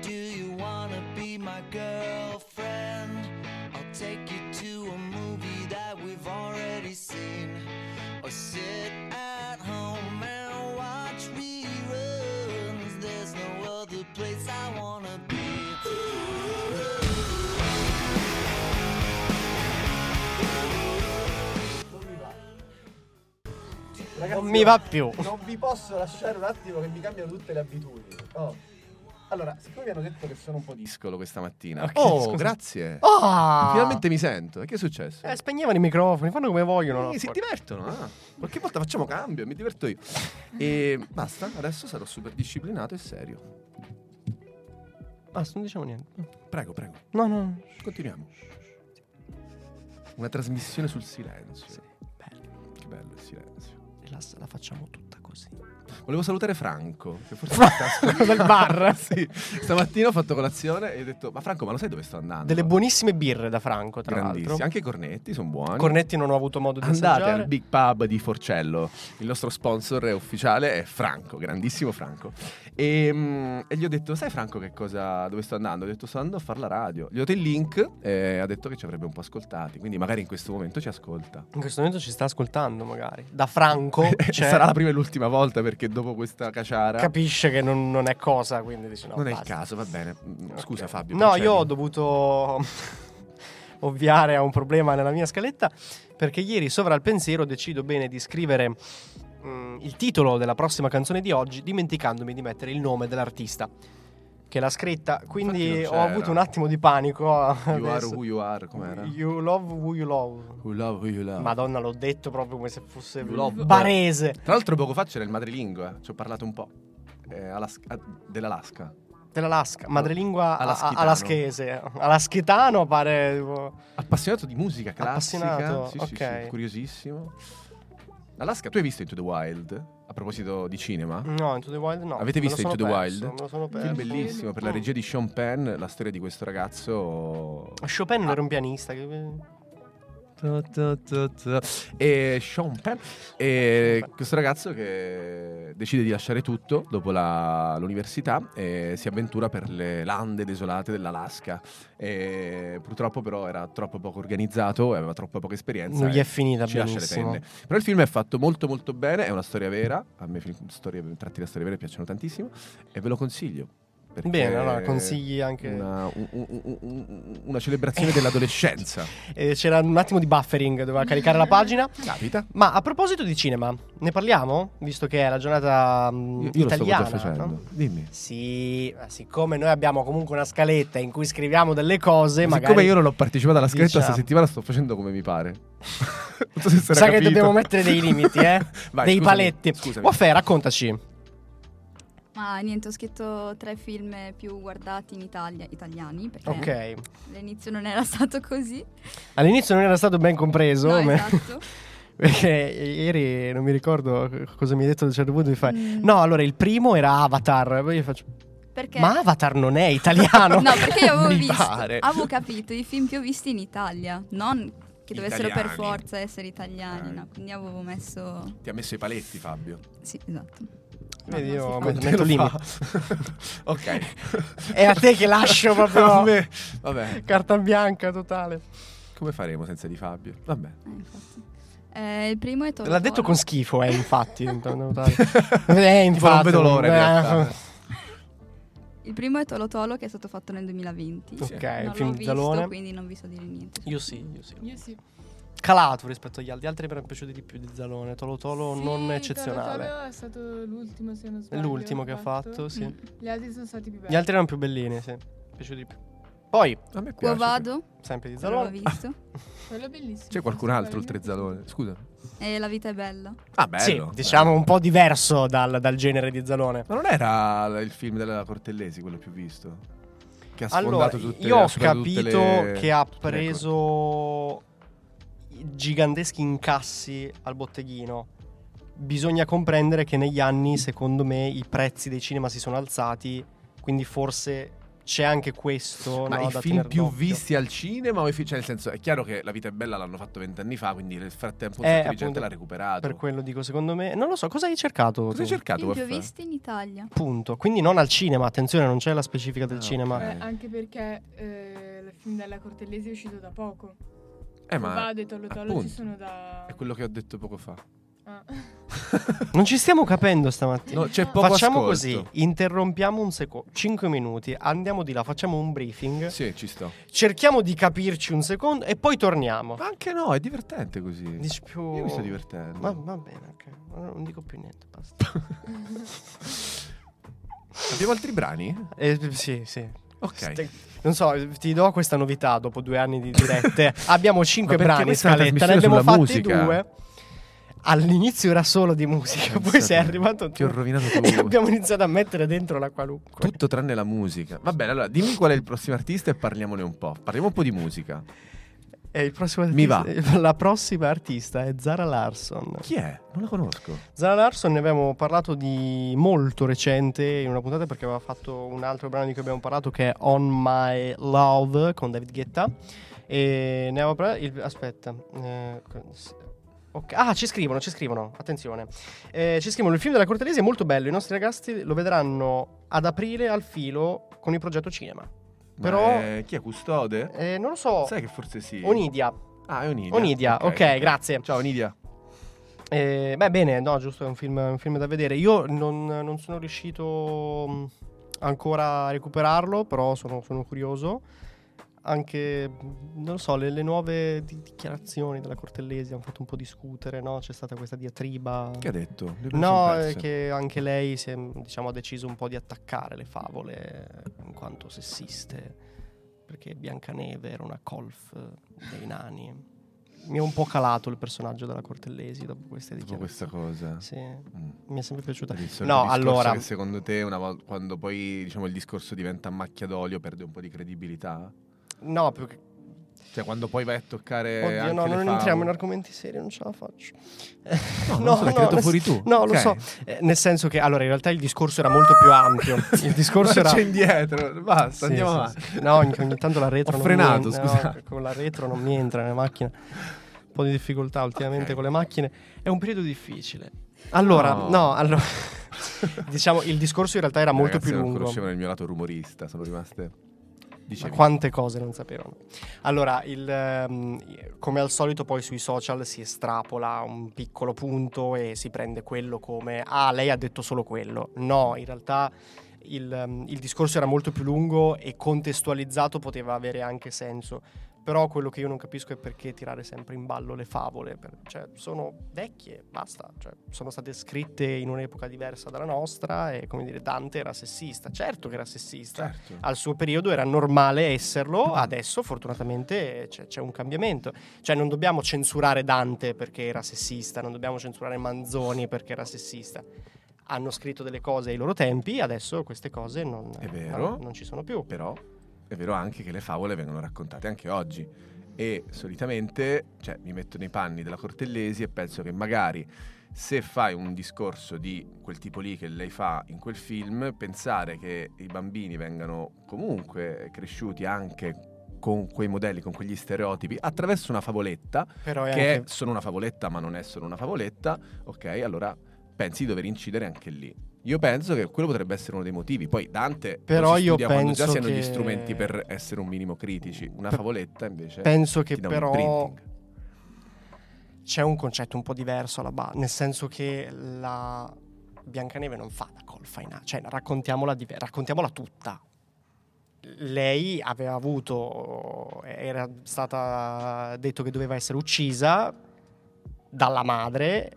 [SPEAKER 6] Do you wanna be my girlfriend? I'll take you to a movie that we've already seen. Or sit at home and watch reruns. There's no other place I wanna be.
[SPEAKER 1] Non mi va più.
[SPEAKER 2] Non vi posso lasciare un attimo che mi cambiano tutte le abitudini. Allora, siccome mi hanno detto che sono un po' discolo questa mattina.
[SPEAKER 1] Ok,
[SPEAKER 2] oh,
[SPEAKER 1] scusa.
[SPEAKER 2] grazie.
[SPEAKER 1] Ah!
[SPEAKER 2] Finalmente mi sento. E che è successo?
[SPEAKER 1] Eh, spegnevano i microfoni, fanno come vogliono.
[SPEAKER 2] Eh, si divertono, ah. Qualche volta facciamo cambio, mi diverto io. E basta, adesso sarò super disciplinato e serio.
[SPEAKER 1] Basta, non diciamo niente.
[SPEAKER 2] Prego, prego,
[SPEAKER 1] No, no.
[SPEAKER 2] continuiamo. Una trasmissione sul silenzio. Che bello il silenzio.
[SPEAKER 1] Relax, la facciamo tutta così.
[SPEAKER 2] Volevo salutare Franco, che forse mi sta ascoltando.
[SPEAKER 1] Del bar.
[SPEAKER 2] sì, stamattina ho fatto colazione e ho detto, ma Franco, ma lo sai dove sto andando?
[SPEAKER 1] Delle buonissime birre da Franco, tra l'altro.
[SPEAKER 2] Grandissime, anche i cornetti sono buoni.
[SPEAKER 1] Cornetti non ho avuto modo di
[SPEAKER 2] Andate
[SPEAKER 1] assaggiare.
[SPEAKER 2] al Big Pub di Forcello, il nostro sponsor è ufficiale è Franco, grandissimo Franco. E, mm, e gli ho detto, sai Franco che cosa, dove sto andando? Ho detto, sto andando a fare la radio. Gli ho dato il link e ha detto che ci avrebbe un po' ascoltati, quindi magari in questo momento ci ascolta.
[SPEAKER 1] In questo momento ci sta ascoltando, magari. Da Franco
[SPEAKER 2] E
[SPEAKER 1] cioè,
[SPEAKER 2] Sarà la prima e l'ultima volta perché dopo questa caciara
[SPEAKER 1] capisce che non, non è cosa, quindi dice no.
[SPEAKER 2] non è il
[SPEAKER 1] basta.
[SPEAKER 2] caso, va bene. Mm,
[SPEAKER 1] Ok.
[SPEAKER 2] Scusa Fabio.
[SPEAKER 1] No,
[SPEAKER 2] procedi.
[SPEAKER 1] io ho dovuto ovviare a un problema nella mia scaletta perché ieri sovra il pensiero decido bene di scrivere mm, il titolo della prossima canzone di oggi dimenticandomi di mettere il nome dell'artista che l'ha scritta, quindi
[SPEAKER 2] Infatti non
[SPEAKER 1] ho
[SPEAKER 2] c'era.
[SPEAKER 1] avuto un attimo di panico.
[SPEAKER 2] You are
[SPEAKER 1] adesso.
[SPEAKER 2] who you are, com'era?
[SPEAKER 1] You love who you love.
[SPEAKER 2] Who love who you love.
[SPEAKER 1] Madonna, l'ho detto proprio come se fosse
[SPEAKER 2] You love-
[SPEAKER 1] barese.
[SPEAKER 2] Tra l'altro poco fa c'era il madrelingua, ci ho parlato un po'. Eh, Alas- ah, dell'Alaska.
[SPEAKER 1] Dell'Alaska, madrelingua a- a-
[SPEAKER 2] Alaschitano.
[SPEAKER 1] alaschese. Alaschitano pare tipo...
[SPEAKER 2] Appassionato di musica classica.
[SPEAKER 1] Appassionato,
[SPEAKER 2] sì, sì,
[SPEAKER 1] ok.
[SPEAKER 2] sì, curiosissimo. L'Alaska, tu hai visto Into the Wild? A proposito di cinema?
[SPEAKER 1] No, Into the Wild no.
[SPEAKER 2] Avete
[SPEAKER 1] Me lo
[SPEAKER 2] visto
[SPEAKER 1] sono
[SPEAKER 2] Into the
[SPEAKER 1] perso,
[SPEAKER 2] Wild?
[SPEAKER 1] Me lo sono
[SPEAKER 5] Film
[SPEAKER 2] Film
[SPEAKER 1] perso.
[SPEAKER 2] bellissimo per la regia di Sean Penn, la storia di questo ragazzo.
[SPEAKER 1] Chopin era un
[SPEAKER 2] Ah.
[SPEAKER 1] pianista. che-
[SPEAKER 2] Ta, ta, ta, ta. E Sean Penn. E questo ragazzo che decide di lasciare tutto dopo la- l'università e si avventura per le lande desolate dell'Alaska. E purtroppo però era troppo poco organizzato e aveva troppo poca esperienza.
[SPEAKER 1] Non gli è
[SPEAKER 2] e
[SPEAKER 1] finita
[SPEAKER 2] ci lascia le
[SPEAKER 1] benissimo.
[SPEAKER 2] penne. Però il film è fatto molto molto bene, è una storia vera, a me film, storie, tratti da storie vere piacciono tantissimo e ve lo consiglio. perché
[SPEAKER 1] Bene, allora consigli anche.
[SPEAKER 2] Una, un- un- un- una celebrazione dell'adolescenza.
[SPEAKER 1] Eh, c'era un attimo di buffering, doveva caricare la pagina.
[SPEAKER 2] Capita.
[SPEAKER 1] Ma a proposito di cinema, ne parliamo? Visto che è la giornata mm,
[SPEAKER 2] Io, io lo sto già
[SPEAKER 1] italiana.
[SPEAKER 2] facendo.
[SPEAKER 1] no?
[SPEAKER 2] Dimmi.
[SPEAKER 1] Sì, ma siccome noi abbiamo comunque una scaletta in cui scriviamo delle cose, magari.
[SPEAKER 2] Siccome io non ho partecipato alla scritta
[SPEAKER 1] Diciamo.
[SPEAKER 2] questa settimana, sto facendo come mi pare. non so se sarà
[SPEAKER 1] Sai che
[SPEAKER 2] capito.
[SPEAKER 1] dobbiamo mettere dei limiti, eh?
[SPEAKER 2] Vai,
[SPEAKER 1] dei
[SPEAKER 2] scusami,
[SPEAKER 1] paletti.
[SPEAKER 2] Scusami.
[SPEAKER 1] Waffè, raccontaci.
[SPEAKER 7] Ma niente, ho scritto tre film più guardati in Italia, italiani, perché
[SPEAKER 1] Ok.
[SPEAKER 7] all'inizio non era stato così.
[SPEAKER 1] All'inizio non era stato ben compreso.
[SPEAKER 7] No,
[SPEAKER 1] me-
[SPEAKER 7] esatto.
[SPEAKER 1] Perché ieri non mi ricordo cosa mi hai detto a un certo punto. Mi fai.
[SPEAKER 7] Mm.
[SPEAKER 1] No, allora il primo era Avatar. e Poi io faccio.
[SPEAKER 7] Perché
[SPEAKER 1] Ma Avatar non è italiano.
[SPEAKER 7] No, perché io avevo
[SPEAKER 2] Mi
[SPEAKER 7] visto,
[SPEAKER 2] pare.
[SPEAKER 7] avevo capito i film che ho visti in Italia, non che dovessero
[SPEAKER 2] Italiani.
[SPEAKER 7] per forza essere italiani,
[SPEAKER 2] Ok.
[SPEAKER 7] no, quindi avevo messo
[SPEAKER 2] Ti ha messo i paletti, Fabio.
[SPEAKER 7] Sì, esatto. Eh,
[SPEAKER 1] Vedi,
[SPEAKER 7] No,
[SPEAKER 1] io
[SPEAKER 7] non si fa.
[SPEAKER 1] metto-
[SPEAKER 2] Te
[SPEAKER 1] metto
[SPEAKER 2] lo
[SPEAKER 1] limiti.
[SPEAKER 2] fa. ok.
[SPEAKER 1] È a te che lascio
[SPEAKER 2] A
[SPEAKER 1] proprio.
[SPEAKER 2] me. Vabbè,
[SPEAKER 1] Carta bianca totale.
[SPEAKER 2] come faremo senza di Fabio? Vabbè.
[SPEAKER 7] Eh, infatti. Eh, il primo è Toro
[SPEAKER 1] L'ha detto con
[SPEAKER 7] Foro.
[SPEAKER 1] schifo, eh, infatti. eh,
[SPEAKER 2] Tipo, non
[SPEAKER 1] infatti.
[SPEAKER 2] vedo l'ora in
[SPEAKER 1] eh,
[SPEAKER 2] realtà.
[SPEAKER 7] Il primo è Tolo Tolo che è stato fatto nel 2020.
[SPEAKER 2] Sì.
[SPEAKER 1] Ok,
[SPEAKER 7] non
[SPEAKER 1] film
[SPEAKER 7] l'ho
[SPEAKER 1] di
[SPEAKER 7] visto,
[SPEAKER 1] Zalone.
[SPEAKER 7] quindi non vi so dire niente.
[SPEAKER 1] Io sì, io sì.
[SPEAKER 5] Io sì.
[SPEAKER 1] Calato rispetto agli altri, altri mi erano piaciuti di più di Zalone. Tolo Tolo
[SPEAKER 5] Sì,
[SPEAKER 1] non
[SPEAKER 5] Toro
[SPEAKER 1] eccezionale.
[SPEAKER 5] Toro è stato l'ultimo, se non
[SPEAKER 1] È
[SPEAKER 5] sbaglio.
[SPEAKER 1] L'ultimo che ha fatto, sì.
[SPEAKER 7] Mm.
[SPEAKER 5] Gli altri sono stati più belli.
[SPEAKER 1] Gli altri erano più bellini, sì. Mi è Piaciuto di più. Poi,
[SPEAKER 2] A me piace.
[SPEAKER 7] Qua vado,
[SPEAKER 1] sempre di
[SPEAKER 7] l'ho
[SPEAKER 1] Zalone.
[SPEAKER 7] visto.
[SPEAKER 5] Quello è bellissimo.
[SPEAKER 2] C'è qualcun altro oltre Zalone? Scusa.
[SPEAKER 7] E La vita è bella.
[SPEAKER 2] Ah, bello.
[SPEAKER 1] sì, diciamo un po' diverso dal, dal genere di Zalone.
[SPEAKER 2] Ma non era il film della Cortellesi quello più visto? Che ha
[SPEAKER 1] Allora,
[SPEAKER 2] sfondato tutte
[SPEAKER 1] io ho
[SPEAKER 2] superato tutte
[SPEAKER 1] capito
[SPEAKER 2] le- Ecco.
[SPEAKER 1] che ha
[SPEAKER 2] tutti i record.
[SPEAKER 1] preso i giganteschi incassi al botteghino. Bisogna comprendere che negli anni, secondo me, i prezzi dei cinema si sono alzati, quindi forse c'è anche questo.
[SPEAKER 2] Ma
[SPEAKER 1] no,
[SPEAKER 2] i
[SPEAKER 1] da
[SPEAKER 2] film
[SPEAKER 1] tener
[SPEAKER 2] più
[SPEAKER 1] d'occhio.
[SPEAKER 2] visti al cinema o i film... Cioè, nel senso, è chiaro che La vita è bella l'hanno fatto vent'anni fa, quindi nel frattempo un
[SPEAKER 1] Eh,
[SPEAKER 2] sacco di gente
[SPEAKER 1] appunto,
[SPEAKER 2] l'ha recuperato.
[SPEAKER 1] Per quello dico, secondo me, non lo so, cosa hai cercato?
[SPEAKER 2] Cosa hai
[SPEAKER 1] tu?
[SPEAKER 2] cercato?
[SPEAKER 7] Film che ho
[SPEAKER 2] Waffè?
[SPEAKER 7] visto in Italia.
[SPEAKER 1] Punto. Quindi non al cinema, attenzione, non c'è la specifica del
[SPEAKER 2] Ah,
[SPEAKER 1] cinema.
[SPEAKER 2] ok.
[SPEAKER 5] Eh, anche perché eh, il film della Cortellesi è uscito da poco.
[SPEAKER 2] Eh, ma...
[SPEAKER 5] Vado e Tollo Tollo
[SPEAKER 2] appunto.
[SPEAKER 5] ci sono da...
[SPEAKER 2] È quello che ho detto poco fa.
[SPEAKER 5] Ah.
[SPEAKER 1] Non ci stiamo capendo stamattina.
[SPEAKER 2] No, c'è poco
[SPEAKER 1] facciamo
[SPEAKER 2] ascolto.
[SPEAKER 1] così, interrompiamo un secondo, 5 minuti, andiamo di là, facciamo un briefing,
[SPEAKER 2] Sì, ci sto.
[SPEAKER 1] cerchiamo di capirci un secondo e poi torniamo.
[SPEAKER 2] Ma anche no, è divertente così.
[SPEAKER 1] Dici più...
[SPEAKER 2] Io mi sto divertendo.
[SPEAKER 1] Va, va bene, ok. Allora Non dico più niente, basta.
[SPEAKER 2] Abbiamo altri brani?
[SPEAKER 1] Eh, sì, sì.
[SPEAKER 2] Ok.
[SPEAKER 1] Ste- Non so, ti do questa novità dopo due anni di dirette. abbiamo cinque
[SPEAKER 2] Ma perché
[SPEAKER 1] brani in
[SPEAKER 2] questa è una
[SPEAKER 1] scaletta, ne
[SPEAKER 2] trasmissione
[SPEAKER 1] abbiamo fatti
[SPEAKER 2] sulla musica?
[SPEAKER 1] due. all'inizio era solo di musica,
[SPEAKER 2] Pensa
[SPEAKER 1] poi
[SPEAKER 2] te.
[SPEAKER 1] sei arrivato
[SPEAKER 2] Ti ho
[SPEAKER 1] tu.
[SPEAKER 2] rovinato
[SPEAKER 1] E
[SPEAKER 2] tutto.
[SPEAKER 1] abbiamo iniziato a mettere dentro la qualunque.
[SPEAKER 2] Tutto tranne la musica. Va bene, allora dimmi qual è il prossimo artista e parliamone un po'. Parliamo un po' di musica.
[SPEAKER 1] E il prossimo
[SPEAKER 2] Mi
[SPEAKER 1] artista- La prossima artista è Zara Larson.
[SPEAKER 2] Chi è? Non la conosco.
[SPEAKER 1] Zara Larson ne abbiamo parlato di molto recente in una puntata perché aveva fatto un altro brano di cui abbiamo parlato che è On My Love con David Guetta. E ne avevo parlato. il- aspetta. eh, s- ok. Ah, ci scrivono, ci scrivono. Attenzione. Eh, ci scrivono: il film della Cortelesi è molto bello. I nostri ragazzi lo vedranno ad aprile al filo con il progetto cinema.
[SPEAKER 2] Ma
[SPEAKER 1] Però-
[SPEAKER 2] è- Chi è custode?
[SPEAKER 1] Eh, non lo so.
[SPEAKER 2] Sai che forse sì.
[SPEAKER 1] Onidia.
[SPEAKER 2] Ah, è Onidia.
[SPEAKER 1] Onidia, ok, grazie.
[SPEAKER 2] Ciao Onidia.
[SPEAKER 1] Eh, beh, bene, no, giusto, è un film, un film da vedere. Io non, non sono riuscito mh, ancora a recuperarlo, però sono, sono curioso. Anche, mh, non lo so, le, le nuove di- dichiarazioni della Cortellesi hanno fatto un po' discutere, no? C'è stata questa diatriba.
[SPEAKER 2] Che ha detto? Le
[SPEAKER 1] No,
[SPEAKER 2] persone
[SPEAKER 1] eh,
[SPEAKER 2] perse.
[SPEAKER 1] che anche lei si è, diciamo, ha deciso un po' di attaccare le favole in quanto sessiste, perché Biancaneve era una colf dei nani. Mi è un po' calato il personaggio della Cortellesi dopo queste
[SPEAKER 2] Dopo
[SPEAKER 1] dichiarazioni.
[SPEAKER 2] questa cosa.
[SPEAKER 1] Sì,
[SPEAKER 2] Mm.
[SPEAKER 1] mi è sempre piaciuta.
[SPEAKER 2] Il solito
[SPEAKER 1] No,
[SPEAKER 2] discorso
[SPEAKER 1] allora,
[SPEAKER 2] che secondo te, una vol- quando poi diciamo, il discorso diventa macchia d'olio, perde un po' di credibilità?
[SPEAKER 1] no, più che-
[SPEAKER 2] Cioè, quando poi vai a toccare.
[SPEAKER 1] oddio,
[SPEAKER 2] Eh, anche
[SPEAKER 1] no,
[SPEAKER 2] le
[SPEAKER 1] non
[SPEAKER 2] favole-
[SPEAKER 1] entriamo in argomenti seri, non ce la faccio.
[SPEAKER 2] No, non so, l'hai tirato
[SPEAKER 1] nel-
[SPEAKER 2] fuori tu.
[SPEAKER 1] No, lo
[SPEAKER 2] Ok.
[SPEAKER 1] so. Eh, nel senso che, allora, in realtà il discorso era molto più ampio. Il discorso era.
[SPEAKER 2] Marcia indietro, basta,
[SPEAKER 1] Sì,
[SPEAKER 2] andiamo
[SPEAKER 1] sì,
[SPEAKER 2] avanti.
[SPEAKER 1] sì. No, ogni, ogni tanto la retro
[SPEAKER 2] Ho
[SPEAKER 1] non
[SPEAKER 2] frenato,
[SPEAKER 1] mi en- no,
[SPEAKER 2] scusate.
[SPEAKER 1] con la retro non mi entra nella macchina. Un po' di difficoltà ultimamente
[SPEAKER 2] Ok.
[SPEAKER 1] con le macchine. È un periodo difficile. Allora,
[SPEAKER 2] No.
[SPEAKER 1] no, allora. diciamo, il discorso in realtà era molto
[SPEAKER 2] Ragazzi,
[SPEAKER 1] più
[SPEAKER 2] Non
[SPEAKER 1] lungo.
[SPEAKER 2] conoscevano il mio lato rumorista, sono rimaste.
[SPEAKER 1] Ma
[SPEAKER 2] Dicevi.
[SPEAKER 1] quante cose non sapevano. Allora, il, ehm, come al solito poi sui social si estrapola un piccolo punto e si prende quello come, ah, lei ha detto solo quello. No, in realtà il, ehm, il discorso era molto più lungo e contestualizzato poteva avere anche senso. Però quello che io non capisco è perché tirare sempre in ballo le favole, per- cioè sono vecchie, basta, cioè, sono state scritte in un'epoca diversa dalla nostra e come dire Dante era sessista, certo che era sessista,
[SPEAKER 2] Certo.
[SPEAKER 1] al suo periodo era normale esserlo, adesso fortunatamente c'è, c'è un cambiamento. Cioè non dobbiamo censurare Dante perché era sessista, non dobbiamo censurare Manzoni perché era sessista. Hanno scritto delle cose ai loro tempi, adesso queste cose non,
[SPEAKER 2] È vero.
[SPEAKER 1] non- non ci sono più.
[SPEAKER 2] Però è vero anche che le favole vengono raccontate anche oggi. E solitamente, cioè, mi metto nei panni della Cortellesi e penso che magari se fai un discorso di quel tipo lì che lei fa in quel film, pensare che i bambini vengano comunque cresciuti anche con quei modelli, con quegli stereotipi, attraverso una favoletta,
[SPEAKER 1] Però è
[SPEAKER 2] che è
[SPEAKER 1] anche-
[SPEAKER 2] solo una favoletta, ma non è solo una favoletta, ok, allora pensi di dover incidere anche lì. Io penso che quello potrebbe essere uno dei motivi. Poi Dante lo
[SPEAKER 1] Però
[SPEAKER 2] si
[SPEAKER 1] io
[SPEAKER 2] studia quando già
[SPEAKER 1] penso
[SPEAKER 2] si hanno gli
[SPEAKER 1] che-
[SPEAKER 2] strumenti per essere un minimo critici. Una
[SPEAKER 1] Pe-
[SPEAKER 2] favoletta invece
[SPEAKER 1] penso
[SPEAKER 2] ti
[SPEAKER 1] che
[SPEAKER 2] dà
[SPEAKER 1] però...
[SPEAKER 2] un imprinting.
[SPEAKER 1] c'è un concetto un po' diverso alla base, nel senso che la Biancaneve non fa da colfa in a- cioè raccontiamola, dive- raccontiamola tutta. Lei aveva avuto, era stata detto che doveva essere uccisa dalla madre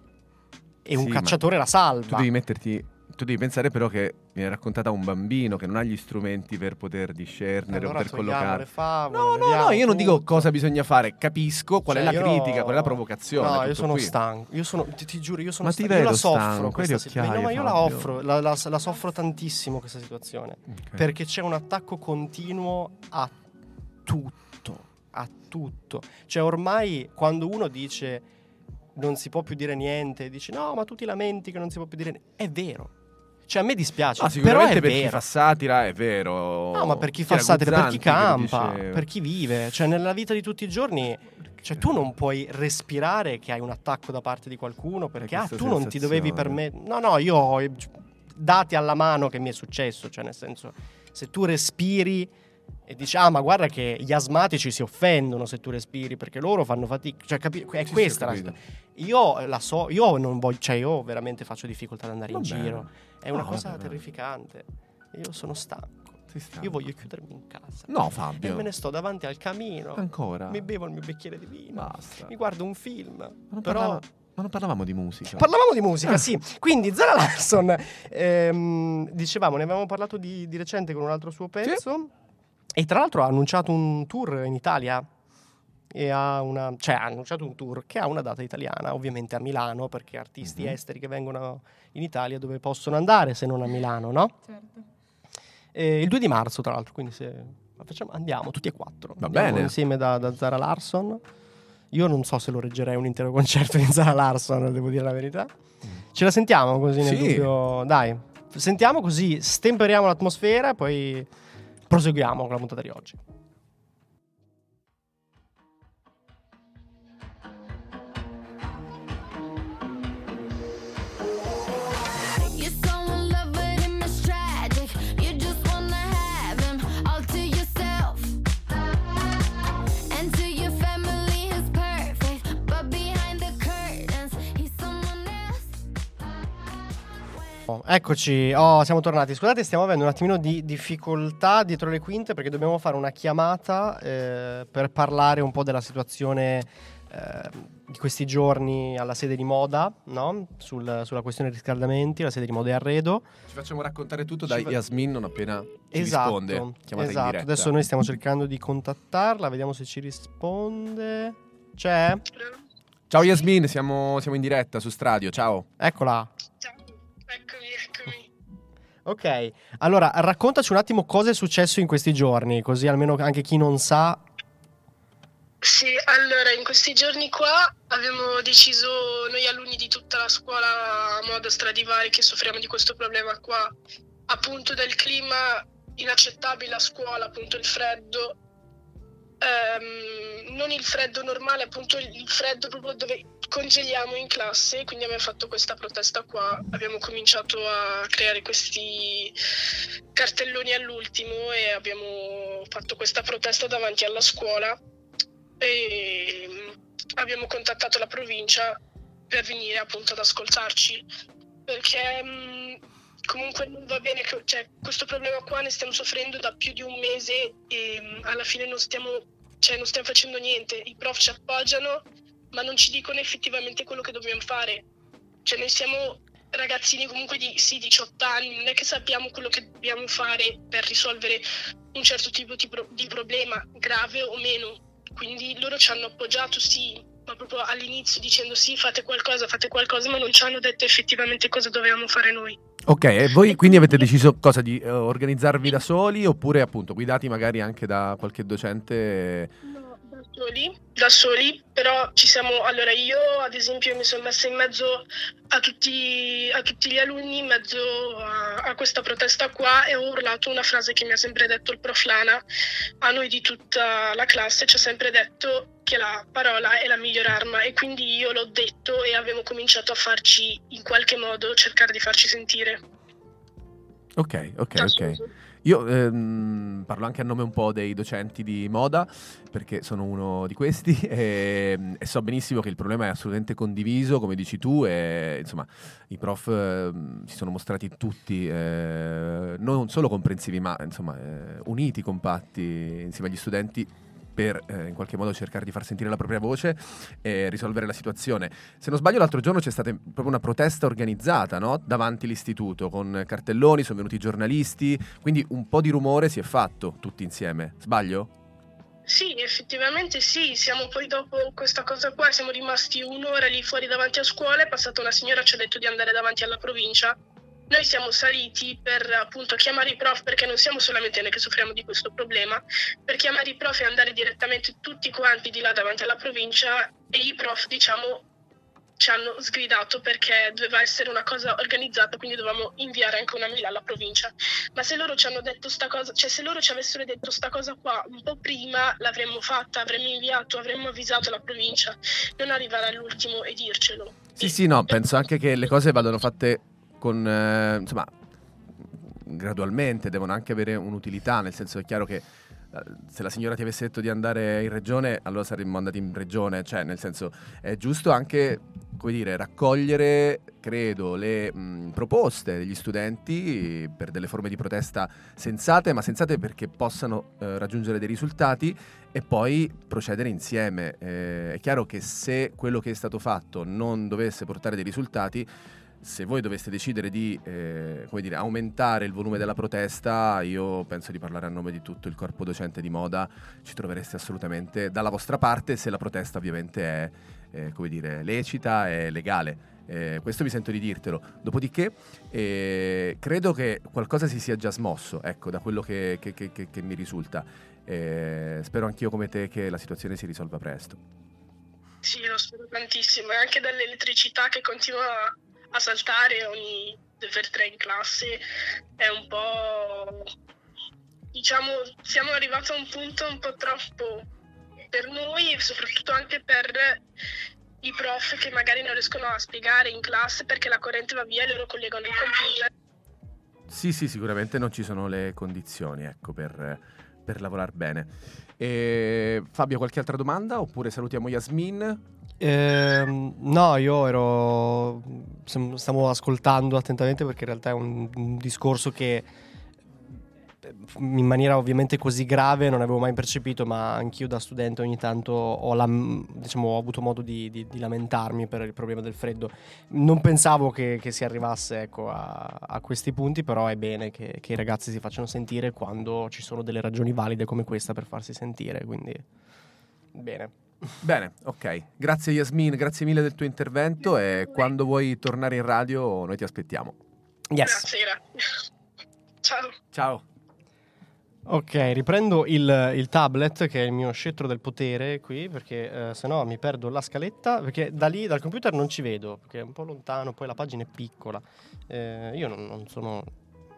[SPEAKER 1] e
[SPEAKER 2] Sì,
[SPEAKER 1] un
[SPEAKER 2] ma
[SPEAKER 1] cacciatore la
[SPEAKER 2] Tu
[SPEAKER 1] salva.
[SPEAKER 2] devi metterti tu devi pensare però che viene raccontata a un bambino che non ha gli strumenti per poter discernere,
[SPEAKER 1] Allora
[SPEAKER 2] poter
[SPEAKER 1] togliamo le
[SPEAKER 2] collocare.
[SPEAKER 1] favole,
[SPEAKER 2] No, no,
[SPEAKER 1] leviamo
[SPEAKER 2] no, io non dico
[SPEAKER 1] tutto.
[SPEAKER 2] cosa bisogna fare, capisco qual è
[SPEAKER 1] Cioè,
[SPEAKER 2] la
[SPEAKER 1] io-
[SPEAKER 2] critica, qual è la provocazione.
[SPEAKER 1] No, io
[SPEAKER 2] tutto
[SPEAKER 1] sono
[SPEAKER 2] qui.
[SPEAKER 1] stanco. Io sono, ti, ti giuro, io sono
[SPEAKER 2] Ma ti
[SPEAKER 1] stanco. Io la
[SPEAKER 2] vedo
[SPEAKER 1] soffro
[SPEAKER 2] stanco,
[SPEAKER 1] questa
[SPEAKER 2] hai le
[SPEAKER 1] situazione. No, ma
[SPEAKER 2] occhiaie,
[SPEAKER 1] io la
[SPEAKER 2] Fabio. Eh.
[SPEAKER 1] offro, la, la- la soffro tantissimo questa situazione.
[SPEAKER 2] Ok.
[SPEAKER 1] Perché c'è un attacco continuo a tutto. A tutto. Cioè, ormai quando uno dice non si può più dire niente, dici no, ma tu ti lamenti che non si può più dire niente. È vero. Cioè, a me dispiace.
[SPEAKER 2] Ah,
[SPEAKER 1] però
[SPEAKER 2] sicuramente
[SPEAKER 1] è
[SPEAKER 2] per chi
[SPEAKER 1] vero.
[SPEAKER 2] fa satira è vero.
[SPEAKER 1] No, ma per chi fa
[SPEAKER 2] Era
[SPEAKER 1] satira, per chi
[SPEAKER 2] Guzzanti che lo
[SPEAKER 1] campa,
[SPEAKER 2] diceva.
[SPEAKER 1] per chi vive, cioè nella vita di tutti i giorni, cioè tu non puoi respirare che hai un attacco da parte di qualcuno perché
[SPEAKER 2] Hai
[SPEAKER 1] ah, tu
[SPEAKER 2] Eh, questa
[SPEAKER 1] non ti dovevi
[SPEAKER 2] sensazione.
[SPEAKER 1] permettere. No, no, io ho cioè, dati alla mano che mi è successo, cioè nel senso se tu respiri e dici ah, ma guarda che gli asmatici si offendono se tu respiri perché loro fanno fatica, cioè capi- è
[SPEAKER 2] Sì, sì, ho
[SPEAKER 1] questa la
[SPEAKER 2] capito.
[SPEAKER 1] situazione. Io la so, io non voglio, cioè io veramente faccio difficoltà ad andare
[SPEAKER 2] Va
[SPEAKER 1] in
[SPEAKER 2] bene.
[SPEAKER 1] giro. È una
[SPEAKER 2] No,
[SPEAKER 1] cosa
[SPEAKER 2] vabbè, vabbè.
[SPEAKER 1] terrificante. Io sono stanco.
[SPEAKER 2] Sei stanco.
[SPEAKER 1] Io voglio chiudermi in casa.
[SPEAKER 2] No,
[SPEAKER 1] E
[SPEAKER 2] Fabio.
[SPEAKER 1] me ne sto davanti al camino.
[SPEAKER 2] Ancora.
[SPEAKER 1] Mi bevo il mio bicchiere di vino.
[SPEAKER 2] Basta.
[SPEAKER 1] Mi guardo un film.
[SPEAKER 2] Ma
[SPEAKER 1] Però
[SPEAKER 2] non,
[SPEAKER 1] Cioè.
[SPEAKER 2] parlava- ma non parlavamo di musica.
[SPEAKER 1] parlavamo di musica, sì. Quindi Zara Larson, ehm, dicevamo, ne avevamo parlato di, di recente e ha, una, cioè, ha annunciato un tour che ha una data italiana, ovviamente a Milano, perché artisti
[SPEAKER 2] Mhm.
[SPEAKER 1] esteri che vengono in Italia dove possono andare se non a Milano, no?
[SPEAKER 5] Certo.
[SPEAKER 1] Eh, il 2 di marzo, tra l'altro, quindi se ma facciamo- andiamo tutti e quattro.
[SPEAKER 2] Va
[SPEAKER 1] Andiamo
[SPEAKER 2] bene.
[SPEAKER 1] Insieme da, da Zara Larson. Io non so se lo reggerei un intero concerto di Zara Larson, devo dire la verità. Ce la sentiamo così nel
[SPEAKER 2] Sì.
[SPEAKER 1] dubbio. Dai, sentiamo così, stemperiamo l'atmosfera e poi proseguiamo con la puntata di oggi.
[SPEAKER 4] You're so in love with him, it's tragic. You just wanna have him all to yourself. And to your family, he's perfect. But behind the curtains, he's someone else.
[SPEAKER 1] Oh, eccoci, oh, siamo tornati. Scusate, stiamo avendo un attimino di difficoltà dietro le quinte perché dobbiamo fare una chiamata eh, per parlare un po' della situazione eh, di questi giorni alla sede di moda, no? Sul- sulla questione riscaldamenti, la sede di moda e arredo.
[SPEAKER 2] Ci facciamo raccontare tutto da
[SPEAKER 1] Ci fa-
[SPEAKER 2] Yasmin non appena ci
[SPEAKER 1] esatto,
[SPEAKER 2] risponde. Chiamata in
[SPEAKER 1] esatto.
[SPEAKER 2] diretta.
[SPEAKER 1] Adesso noi stiamo cercando di contattarla, vediamo se ci risponde. C'è?
[SPEAKER 2] Ciao Yasmin, siamo, siamo in diretta su Stradio, ciao.
[SPEAKER 1] Eccola.
[SPEAKER 8] Ciao, eccomi, eccomi.
[SPEAKER 1] Ok, allora raccontaci un attimo cosa è successo in questi giorni, così almeno anche chi non sa
[SPEAKER 8] Sì, allora in questi giorni qua abbiamo deciso noi alunni di tutta la scuola moda Stradivari che soffriamo di questo problema qua, appunto del clima inaccettabile a scuola, appunto il freddo, Ehm, non il freddo normale, appunto il il freddo proprio dove congeliamo in classe, quindi abbiamo fatto questa protesta qua, abbiamo cominciato a creare questi cartelloni all'ultimo e abbiamo fatto questa protesta davanti alla scuola e mm, abbiamo contattato la provincia per venire appunto ad ascoltarci perché mm, comunque non va bene che cioè, questo problema qua ne stiamo soffrendo da più di un mese e mm, alla fine non stiamo, cioè, non stiamo facendo niente i prof ci appoggiano ma non ci dicono effettivamente quello che dobbiamo fare cioè noi siamo ragazzini comunque di sì, 18 anni non è che sappiamo quello che dobbiamo fare per risolvere un certo tipo di, pro- di problema grave o meno. Quindi loro ci hanno appoggiato, sì, ma proprio all'inizio dicendo sì, fate qualcosa, fate qualcosa, ma non ci hanno detto effettivamente cosa dovevamo fare noi.
[SPEAKER 2] Ok, e voi quindi avete deciso cosa di eh, organizzarvi da soli oppure appunto guidati magari anche da qualche docente?
[SPEAKER 8] No, da soli, da soli, però ci siamo, allora io ad esempio mi sono messa in mezzo a tutti, a tutti gli alunni, in mezzo a, a questa protesta qua e ho urlato una frase che mi ha sempre detto il prof Lana, a noi di tutta la classe ci ha sempre detto che la parola è la miglior arma e quindi io l'ho detto e abbiamo cominciato a farci in qualche modo cercare di farci sentire.
[SPEAKER 2] Ok, ok, ok. Io ehm, parlo anche a nome un po' dei docenti di moda, perché sono uno di questi, e, e so benissimo che il problema è assolutamente condiviso, come dici tu, e insomma i prof ehm, si sono mostrati tutti eh, non solo comprensivi, ma insomma eh, uniti, compatti insieme agli studenti per eh, in qualche modo cercare di far sentire la propria voce e risolvere la situazione. Se non sbaglio, l'altro giorno c'è stata proprio una protesta organizzata no? davanti all'istituto con cartelloni, sono venuti i giornalisti, quindi un po' di rumore si è fatto tutti insieme. Sbaglio?
[SPEAKER 8] Sì, effettivamente sì, siamo poi dopo questa cosa qua, siamo rimasti un'ora lì fuori davanti a scuola, è passata una signora, ci ha detto di andare davanti alla provincia. Noi siamo saliti per appunto chiamare i prof, perché non siamo solamente noi che soffriamo di questo problema, per chiamare i prof e andare direttamente tutti quanti di là davanti alla provincia e i prof diciamo ci hanno sgridato perché doveva essere una cosa organizzata, quindi dovevamo inviare anche una mail alla provincia. Ma se loro ci hanno detto sta cosa, cioè se loro ci avessero detto sta cosa qua un po' prima, l'avremmo fatta, avremmo inviato, avremmo avvisato la provincia, non arrivare all'ultimo e dircelo.
[SPEAKER 2] Sì, sì, no, penso anche che le cose vadano fatte con, eh, insomma, gradualmente, devono anche avere un'utilità, nel senso è chiaro che eh, se la signora ti avesse detto di andare in regione, allora saremmo andati in regione, cioè nel senso è giusto anche, come dire, raccogliere, credo, le mh, proposte degli studenti per delle forme di protesta sensate, ma sensate perché possano eh, raggiungere dei risultati e poi procedere insieme. Eh, è chiaro che se quello che è stato fatto non dovesse portare dei risultati, se voi doveste decidere di eh, come dire, aumentare il volume della protesta, io penso di parlare a nome di tutto il corpo docente di moda, ci trovereste assolutamente dalla vostra parte se la protesta ovviamente è eh, come dire, lecita e legale. Eh, questo mi sento di dirtelo. Dopodiché eh, credo che qualcosa si sia già smosso, ecco, da quello che, che- che- che- che mi risulta. Eh, spero anch'io come te che la situazione si risolva presto.
[SPEAKER 8] Sì, lo spero tantissimo. E anche dall'elettricità che continua a saltare ogni due per tre in classe è un po'. diciamo, siamo arrivati a un punto un po' troppo per noi e soprattutto anche per i prof che magari non riescono a spiegare in classe perché la corrente va via e loro collegano il computer.
[SPEAKER 2] Sì, sì, sicuramente non ci sono le condizioni, ecco, per, per lavorare bene. E Fabio, qualche altra domanda? Oppure salutiamo Yasmin?
[SPEAKER 1] Ehm, no, io ero. sem- Stavo ascoltando attentamente perché in realtà è un, un discorso che eh, in maniera ovviamente così grave non avevo mai percepito, ma anch'io da studente ogni tanto ho, lam- diciamo, ho avuto modo di, di- di lamentarmi per il problema del freddo. Non pensavo che, che si arrivasse ecco, a, a questi punti, però è bene che, che i ragazzi si facciano sentire quando ci sono delle ragioni valide come questa per farsi sentire, quindi bene.
[SPEAKER 2] Bene, ok. Grazie Yasmin, grazie mille del tuo intervento e quando vuoi tornare in radio noi ti aspettiamo.
[SPEAKER 1] Yes.
[SPEAKER 8] Grazie, grazie. Ciao.
[SPEAKER 2] Ciao.
[SPEAKER 1] Ok, riprendo il, il tablet che è il mio scettro del potere qui perché eh, se no mi perdo la scaletta perché da lì dal computer non ci vedo perché è un po' lontano, poi la pagina è piccola. Eh, io non, non sono...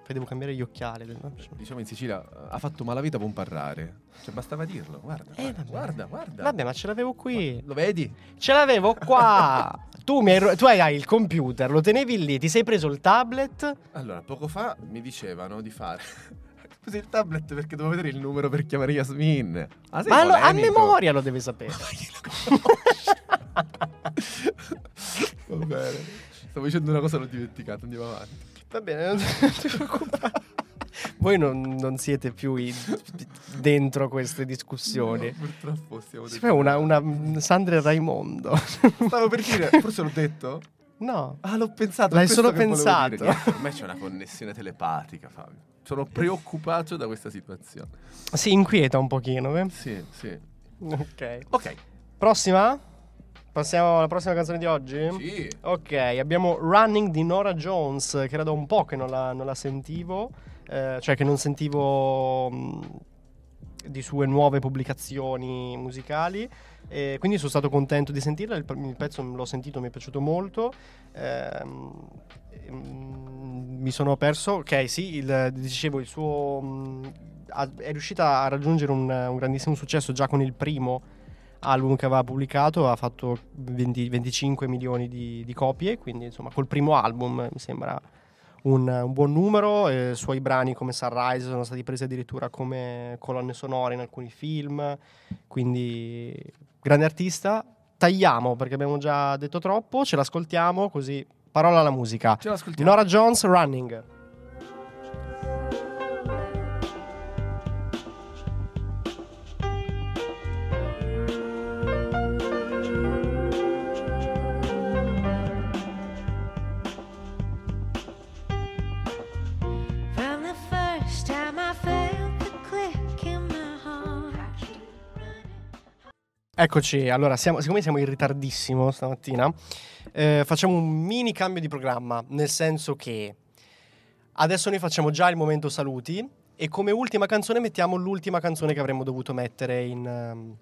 [SPEAKER 1] Poi devo cambiare gli occhiali. del-
[SPEAKER 2] Diciamo in Sicilia ha fatto malavita per un parrare. Cioè bastava dirlo, guarda.
[SPEAKER 1] Eh,
[SPEAKER 2] guarda,
[SPEAKER 1] vabbè.
[SPEAKER 2] guarda, guarda.
[SPEAKER 1] Vabbè, ma ce l'avevo qui.
[SPEAKER 2] Lo vedi?
[SPEAKER 1] Ce l'avevo qua. tu, mi hai, ro- tu hai, hai il computer, lo tenevi lì, ti sei preso il tablet.
[SPEAKER 2] Allora, poco fa mi dicevano di fare così il tablet perché dovevo vedere il numero per chiamare Yasmin. Ah, sei
[SPEAKER 1] ma lo- a
[SPEAKER 2] polemico.
[SPEAKER 1] memoria lo devi sapere.
[SPEAKER 2] Ma io lo conosco. Va bene. Stavo dicendo una cosa, l'ho dimenticata. Andiamo avanti.
[SPEAKER 1] Va bene, non ti preoccupare. Voi non, non siete più i- dentro queste discussioni.
[SPEAKER 2] No, purtroppo stiamo
[SPEAKER 1] Si fa una, una Sandra Raimondo.
[SPEAKER 2] Stavo per dire, forse l'ho detto.
[SPEAKER 1] No.
[SPEAKER 2] Ah, l'ho pensato.
[SPEAKER 1] L'hai
[SPEAKER 2] questo
[SPEAKER 1] solo
[SPEAKER 2] che volevo
[SPEAKER 1] pensato.
[SPEAKER 2] dire. Niente, Per me c'è una connessione telepatica, Fabio. Sono preoccupato da questa situazione.
[SPEAKER 1] Si inquieta un pochino. eh.
[SPEAKER 2] Sì, sì.
[SPEAKER 1] Ok.
[SPEAKER 2] Ok.
[SPEAKER 1] Prossima? Passiamo alla prossima canzone di oggi?
[SPEAKER 2] Sì.
[SPEAKER 1] Ok, abbiamo Running di Nora Jones, che era da un po' che non la, non la sentivo, eh, cioè che non sentivo mh, di sue nuove pubblicazioni musicali. e quindi sono stato contento di sentirla. Il, pe- il pezzo l'ho sentito, mi è piaciuto molto. Ehm, ehm, mi sono perso. Ok, sì, il- dicevo, il suo. mh, ha- è riuscita a raggiungere un, un grandissimo successo già con il primo album che aveva pubblicato ha fatto 20 25 milioni di, di copie, quindi insomma col primo album eh, mi sembra un, un buon numero, eh, suoi brani come Sunrise sono stati presi addirittura come colonne sonore in alcuni film, quindi grande artista. Tagliamo perché abbiamo già detto troppo, ce l'ascoltiamo così parola alla musica.
[SPEAKER 2] Ce l'ascoltiamo.
[SPEAKER 1] Nora Jones Running.
[SPEAKER 9] From the first time I felt the click in my heart.
[SPEAKER 1] Eccoci, allora, siamo- siccome siamo in ritardissimo stamattina, eh, facciamo un mini cambio di programma, nel senso che adesso noi facciamo già il momento saluti e come ultima canzone mettiamo l'ultima canzone che avremmo dovuto mettere in, ehm,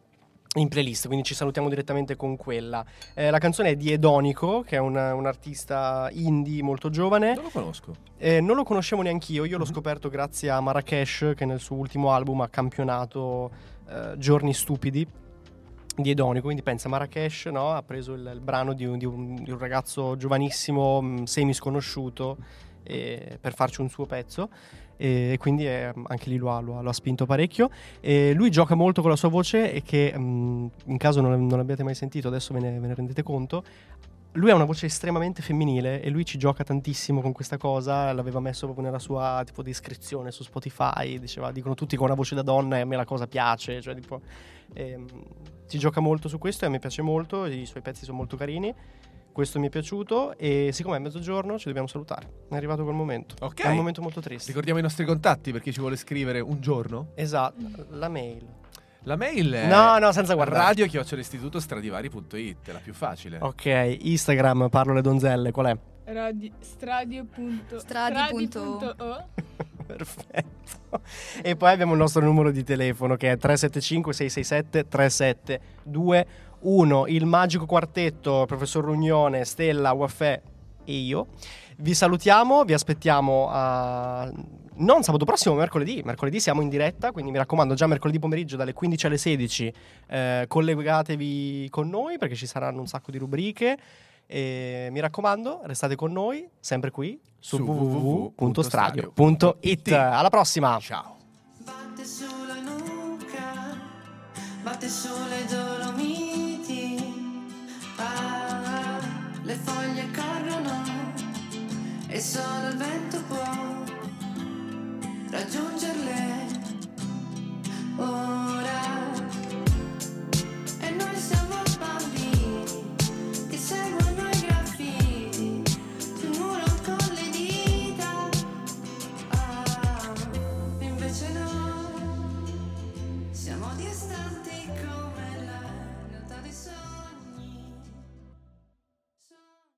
[SPEAKER 1] in playlist, quindi ci salutiamo direttamente con quella. Eh, la canzone è di Edonico, che è un, un artista indie molto giovane.
[SPEAKER 2] Non lo conosco.
[SPEAKER 1] Eh, non lo conoscevo neanch'io, io l'ho scoperto grazie a Marrakesh che nel suo ultimo album ha campionato eh, Giorni Stupidi di Edonico, quindi pensa Marrakesh no? ha preso il, il brano di un, di un- di un ragazzo giovanissimo, mh, semi sconosciuto, eh, per farci un suo pezzo e quindi eh, anche lì lo ha, lo ha- lo ha spinto parecchio. E lui gioca molto con la sua voce e che mh, in caso non, non l'abbiate mai sentito adesso ve ne- ve ne rendete conto, lui ha una voce estremamente femminile e lui ci gioca tantissimo con questa cosa. L'aveva messo proprio nella sua tipo descrizione su Spotify. Diceva, dicono tutti che ho una voce da donna e a me la cosa piace. Cioè, tipo, ehm, ci gioca molto su questo e a me piace molto. I suoi pezzi sono molto carini. Questo mi è piaciuto e siccome è mezzogiorno ci dobbiamo salutare. È arrivato quel momento.
[SPEAKER 2] Ok.
[SPEAKER 1] È un momento molto triste.
[SPEAKER 2] Ricordiamo i nostri contatti per chi ci vuole scrivere un giorno.
[SPEAKER 1] Esatto, la mail.
[SPEAKER 2] La mail è
[SPEAKER 1] No, no, senza guardare.
[SPEAKER 2] radio stradivari.it, la più facile.
[SPEAKER 1] Ok, Instagram, parlo le donzelle, qual è?
[SPEAKER 5] Radi- stradio punto-
[SPEAKER 7] Stradi punto-
[SPEAKER 5] stradi.o.
[SPEAKER 1] Perfetto. E poi abbiamo il nostro numero di telefono che è 375-667-3721. Il magico quartetto, professor Rugnone, Stella, Uaffè e io. Vi salutiamo, vi aspettiamo a... non sabato prossimo, mercoledì. Mercoledì siamo in diretta, quindi mi raccomando, già mercoledì pomeriggio dalle 15 alle 16 eh, collegatevi con noi perché ci saranno un sacco di rubriche. E mi raccomando, restate con noi, sempre qui su,
[SPEAKER 2] Su
[SPEAKER 1] www.stradio.it. Alla prossima!
[SPEAKER 2] Ciao.
[SPEAKER 6] Batte sulla nuca, batte sulle dolomiti. Ah, le foglie corrono e solo il vento può raggiungere. Ah,